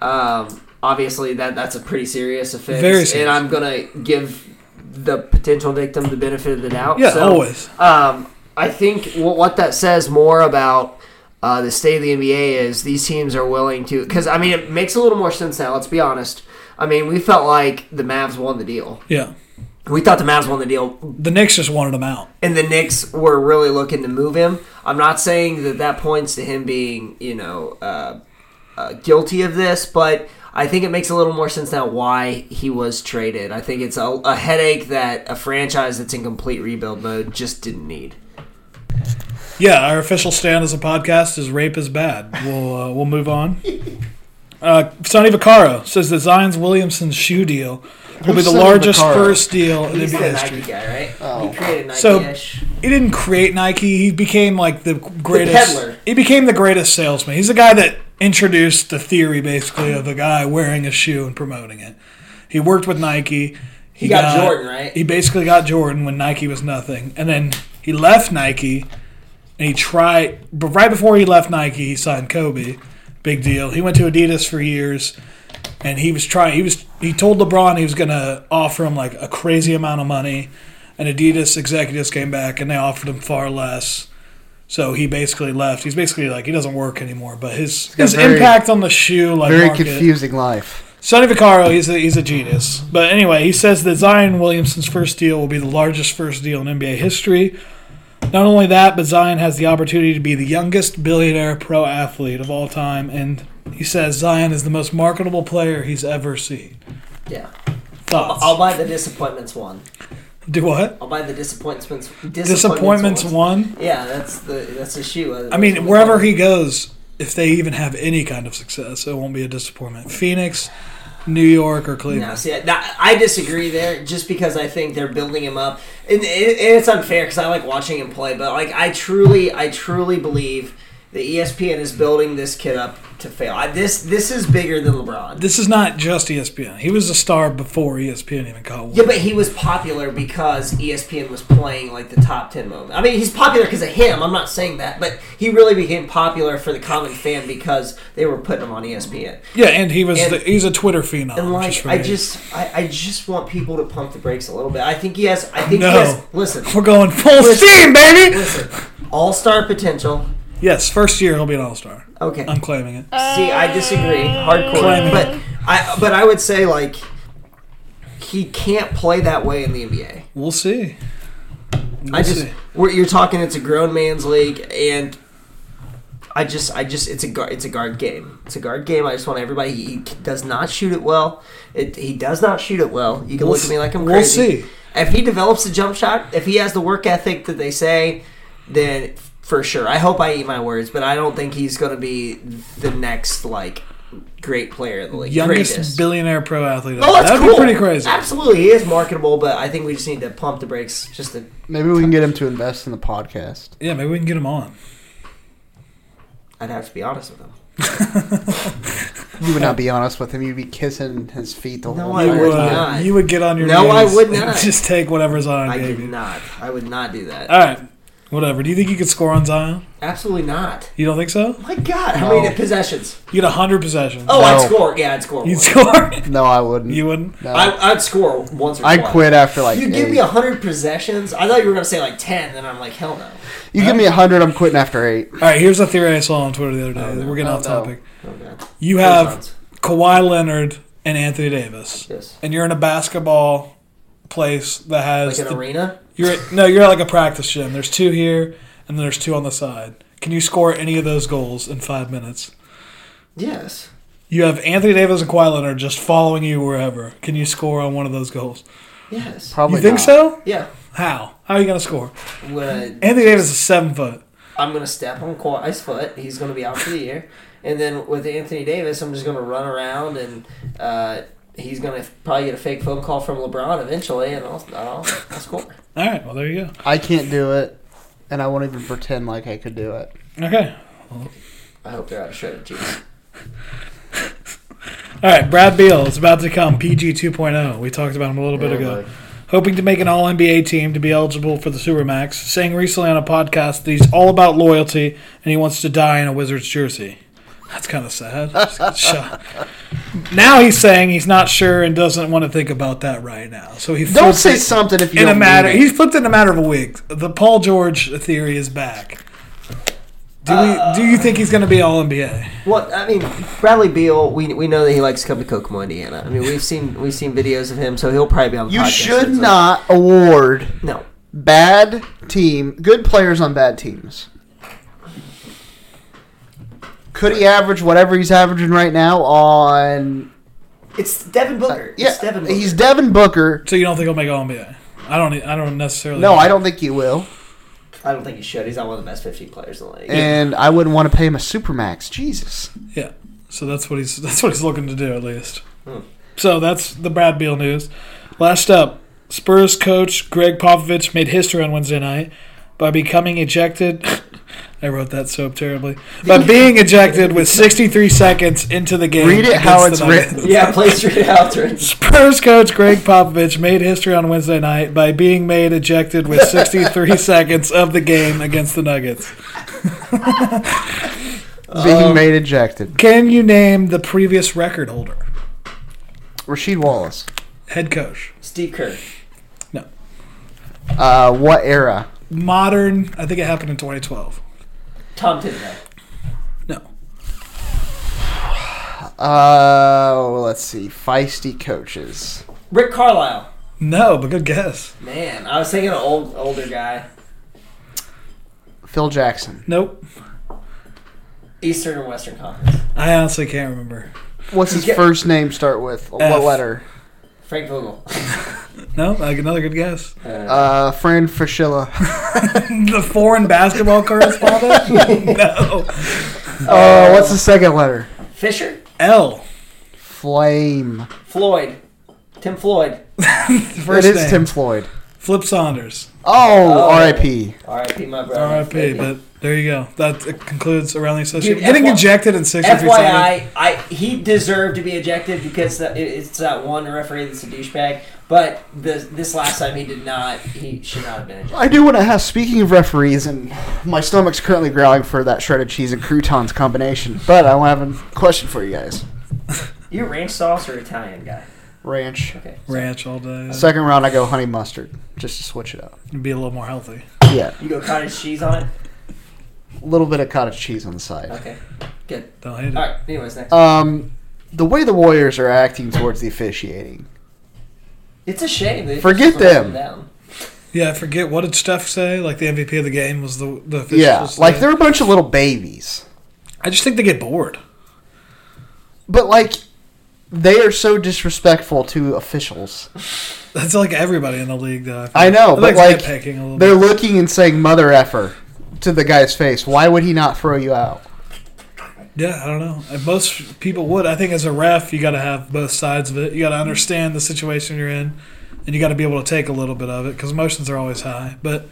Um, obviously that that's a pretty serious offense, Very serious. and I'm gonna give the potential victim the benefit of the doubt. yeah, So, always. Um, I think what, what that says more about. Uh, the state of the NBA is these teams are willing to because I mean it makes a little more sense now. Let's be honest. I mean we felt like the Mavs won the deal. Yeah, We thought the Mavs won the deal the Knicks just wanted him out. and the Knicks were really looking to move him. I'm not saying that that points to him being, you know, uh, uh, guilty of this, but I think it makes a little more sense now why he was traded. I think it's a, a headache that a franchise that's in complete rebuild mode just didn't need. Yeah, our official stand as a podcast is rape is bad. We'll uh, we'll move on. Uh, Sonny Vaccaro says that Zion's Williamson shoe deal will be Who's the Sonny largest Vaccaro? first deal in He's the NBA Nike history. guy, right? He created Nike So- ish. He didn't create Nike. He became like the greatest. peddler. he became the greatest salesman. He's the guy that introduced the theory, basically, of a guy wearing a shoe and promoting it. He worked with Nike. He, got Jordan, right? He basically got Jordan when Nike was nothing, and then he left Nike. And he tried, but right before he left Nike, he signed Kobe. Big deal. He went to Adidas for years, and he was trying. He was he told LeBron he was gonna offer him like a crazy amount of money, and Adidas executives came back and they offered him far less. So he basically left. He's basically like he doesn't work anymore. But his got his very- impact on the shoe like very market- confusing life. Sonny Vaccaro, he's a, he's a genius. But anyway, he says that Zion Williamson's first deal will be the largest first deal in NBA history. Not only that, but Zion has the opportunity to be the youngest billionaire pro athlete of all time. And he says Zion is the most marketable player he's ever seen. Yeah. Thoughts? I'll buy the disappointments one. Do what? I'll buy the disappointments. Disappointments, Disappointments one. won? Yeah, that's the that's a shoe. I mean, wherever he goes, if they even have any kind of success, it won't be a disappointment. Phoenix, New York, or Cleveland. No, see, I, I disagree there, just because I think they're building him up, and, it and it's unfair because I like watching him play, but like I truly, I truly believe that E ESPN is building this kid up to fail. I, this this is bigger than LeBron. This is not just E ESPN. He was a star before E ESPN even caught one. yeah, but he was popular because E ESPN was playing like the top ten moment. I mean, he's popular because of him. I'm not saying that, but he really became popular for the common fan because they were putting him on E ESPN. Yeah, and he was And- the, he's a Twitter phenom. And just like, for I me. just, I, I just want people to pump the brakes a little bit. I think he has. I think No. he has. Listen, we're going full steam, baby. Listen, all star potential. Yes, first year he'll be an all star. Okay. I'm claiming it. Uh, See, I disagree hardcore. Claim it. But I but I would say like he can't play that way in the NBA. We'll see. I just see. we're, you're talking it's a grown man's league and I just I just it's a guard it's a guard game. It's a guard game. I just want everybody he does not shoot it well. It, he does not shoot it well. You can We'll look at me s- like I'm we'll crazy. see. If he develops a jump shot, if he has the work ethic that they say, then f- for sure. I hope I eat my words, but I don't think he's going to be the next like great player in the league. Youngest Greatest. billionaire pro athlete. Oh, that's That'd cool. be pretty crazy. Absolutely, he is marketable, but I think we just need to pump the brakes just to Maybe we can get him to invest in the podcast. Yeah, maybe we can get him on. I'd have to be honest with him. You would not be honest with him. You'd be kissing his feet the No, whole I time. would Uh, not. you would get on your No, I knees would and not. Just take whatever's on. I gave you. did Uh, not. I would not do that. All right. Whatever. Do you think you could score on Zion? Absolutely not. You don't think so? My God, how many possessions? You get 100 possessions. Oh, I'd No. score. Yeah, I'd score. You'd one. score? No, I wouldn't. you wouldn't? No. I, I, I'd score once or twice. quit after like. You give eight. me a hundred possessions. I thought you were gonna say like ten, and I'm like, hell no. You give me a hundred, I'm quitting after eight. All right, here's a theory I saw on Twitter the other day. We're getting Oh, off no. topic. Oh God. You Pros have Kawhi Leonard and Anthony Davis, Yes. and you're in a basketball place that has Like an the- arena. you're at, no, you're at like a practice gym. There's two here, and there's two on the side. Can you score any of those goals in five minutes? Yes. You have Anthony Davis and Kawhi Leonard just following you wherever. Can you score on one of those goals? Yes. Probably. you think not. so? Yeah. How? How are you gonna score? Would- Anthony Davis is seven foot. I'm gonna step on Kawhi's foot. He's gonna be out for the year. And then with Anthony Davis, I'm just gonna run around and uh, he's gonna f- probably get a fake phone call from LeBron eventually, and I'll I'll, I'll score. All right. Well, there you go. I can't do it, and I won't even pretend like I could do it. Okay. I hope they're out of strategy. All right, Brad Beal is about to come PG 2.0. oh. We talked about him a little bit ago. Hoping to make an All NBA team to be eligible for the Supermax, saying recently on a podcast that he's all about loyalty and he wants to die in a Wizards jersey. That's kind of sad. Just get shot. Now he's saying he's not sure and doesn't want to think about that right now. So he Don't flipped say it something if you in a don't mean matter. it. He's flipped it in a matter of a week. The Paul George theory is back. Do we? Do you think he's going to be All NBA? Well, I mean, Bradley Beal. We, we know that he likes to come to Kokomo, Indiana. I mean, we've seen we've seen videos of him, so he'll probably be on. The You podcast should soon. not award No, bad team good players on bad teams. Could he average whatever he's averaging right now on? it's Devin Booker. Yeah, it's Devin Booker. he's Devin Booker. So you don't think he'll make All NBA? I don't. e, I don't necessarily. No, I don't think he will, I don't think he should. He's not one of the best 15 players in the league. and I wouldn't want to pay him a supermax. Jesus. Yeah. So that's what he's that's what he's looking to do at least. So that's the Brad Beal news. Last up, Spurs coach Greg Popovich made history on Wednesday night by becoming ejected. I wrote that so terribly. By being ejected with 63 seconds into the game. Read it against how the it's Nuggets. written. yeah, play straight after. it. Spurs coach Greg Popovich made history on Wednesday night by being made ejected with 63 seconds of the game against the Nuggets. Being made ejected. Can you name the previous record holder? Rasheed Wallace. Head coach. Steve Kerr. No. Uh, what era? modern. I think it happened in 2012. Tom Thibodeau. No, Uh, let's see. Feisty coaches. Rick Carlisle. no, but good guess. Man, I was thinking an old older guy. Phil Jackson. Nope, Eastern and Western Conference. I honestly can't remember. What's his Yeah. first name start with? F. What letter? Frank Vogel. No, like another good guess. Uh, Fran Fraschilla. The foreign basketball correspondent. no, Oh, what's the second letter? Fisher? L. Flame. Floyd. Tim Floyd. First it is name. Tim Floyd. Flip Saunders. Oh, R.I.P. R.I.P. my brother. R.I.P. But there you go. That concludes around the association. Dude, Getting FY ejected in 63 seconds. FYI, I he deserved to be ejected because that, it- it's that one referee that's a douchebag. But this this last time he did not. He should not have been ejected. I do want to have. Speaking of referees, and my stomach's currently growling for that shredded cheese and croutons combination. But I have a question for you guys. You ranch sauce or Italian guy? Ranch. Okay. Ranch all day. Second round, I go honey mustard, just to switch it up. It'd be a little more healthy. Yeah, You go cottage cheese on it. a little bit of cottage cheese on the side. Okay. Good. Don't hate it. All right. Anyways, next. Um, the way the Warriors are acting towards the officiating. It's a shame. They Forget just let them. down. Yeah, I forget what did Steph say. Like the MVP of the game was the the officials. Yeah, like today. they're a bunch of little babies. I just think they get bored. But like, they are so disrespectful to officials. That's like everybody in the league, though. I know, but like, nitpicking a little they're looking and saying "mother effer" to the guy's face. Why would he not throw you out? bit. Yeah, I don't know. And Most people would. I think as a ref, you got to have both sides of it. You got to understand the situation you're in, and you got to be able to take a little bit of it because emotions are always high. But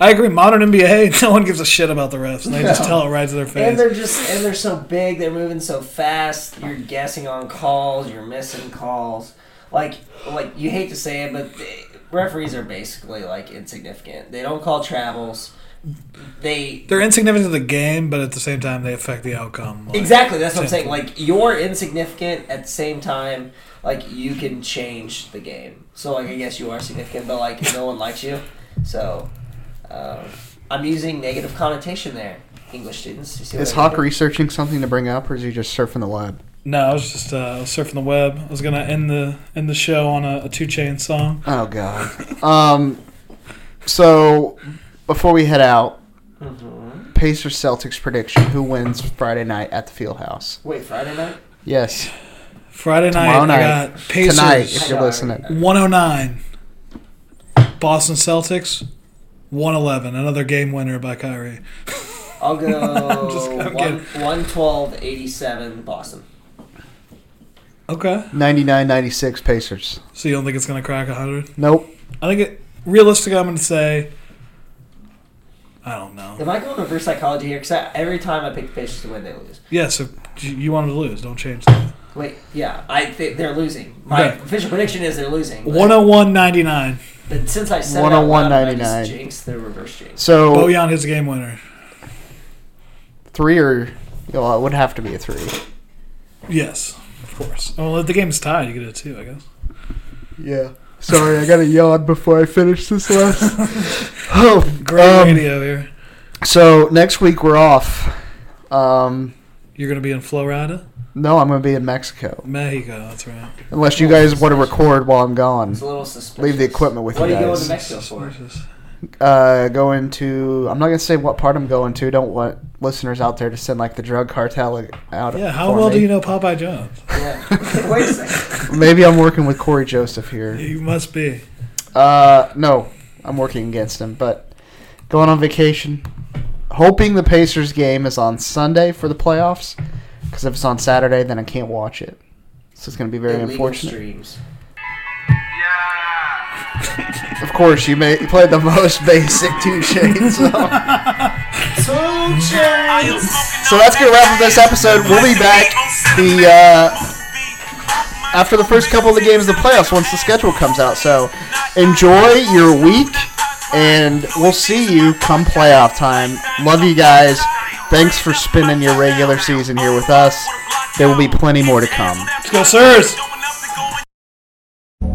I agree. Modern NBA, no one gives a shit about the refs. and They just tell it right to their And face. they're just and they're so big. They're moving so fast. You're guessing on calls. You're missing calls. Like like you hate to say it, but they, referees are basically like insignificant. They don't call travels. they They're insignificant to the game, but at the same time, they affect the outcome. Like, Exactly. That's what I'm Same saying. Like you're insignificant at the same time. Like you can change the game. So like I guess you are significant, but like no one likes you. So um, I'm using negative connotation there, English students. You see what Is I did Hawk there? researching something to bring up, or is he just surfing the web? No, I was just uh, surfing the web. I was gonna end the end the show on a, a two chain song. Oh god. um. So before we head out, Pacers Celtics prediction: Who wins Friday night at the Fieldhouse? Wait, Friday night. Yes, Friday night, Tomorrow I night. got Pacers tonight. If you're listening, 109. Boston Celtics 111. Another game winner by Kyrie. I'll go just- I'm one one twelve eighty seven Boston. Okay. 99-96 Pacers. So you don't think it's gonna crack 100? Nope. I think it realistically, I'm gonna say. I don't know. Am I going reverse psychology here? Because every time I pick the Pacers to win, they lose. Yeah, so you you want them to lose. Don't change that. Wait, yeah, I think they're losing. My Okay. official prediction is they're losing. but- 101.99. But since I said 101 $101.99. jinx, they're reverse jinx. So Bojan hits a game winner. three or well, it would have to be a three. Yes, of course. Well, if the game's tied, you get a two, I guess. Yeah. Sorry, I gotta yawn before I finish this last. oh, Great um, radio here. So next week we're off. Um, You're gonna be in Florida, no, I'm gonna be in Mexico Mexico. That's right. unless you guys want to record while I'm gone. It's a little suspicious. Leave the equipment with What you are you going guys. to Mexico for? Uh, going to I'm not gonna say what part I'm going to. Don't want listeners out there to send like the drug cartel out. Yeah. How for well me. do you know Popeye Jones? Yeah. Wait a second. Maybe I'm working with Corey Joseph here. You must be. Uh, no, I'm working against him, but going on vacation. Hoping the Pacers game is on Sunday for the playoffs, because if it's on Saturday, then I can't watch it. So it's going to be very Illegal unfortunate. streams. Of course, you may you played the most basic two chains. So. so that's gonna wrap up this episode. We'll be back the uh, after the first couple of the games of the playoffs once the schedule comes out. So enjoy your week, and we'll see you come playoff time. Love you guys. Thanks for spending your regular season here with us. There will be plenty more to come. Let's go, sirs.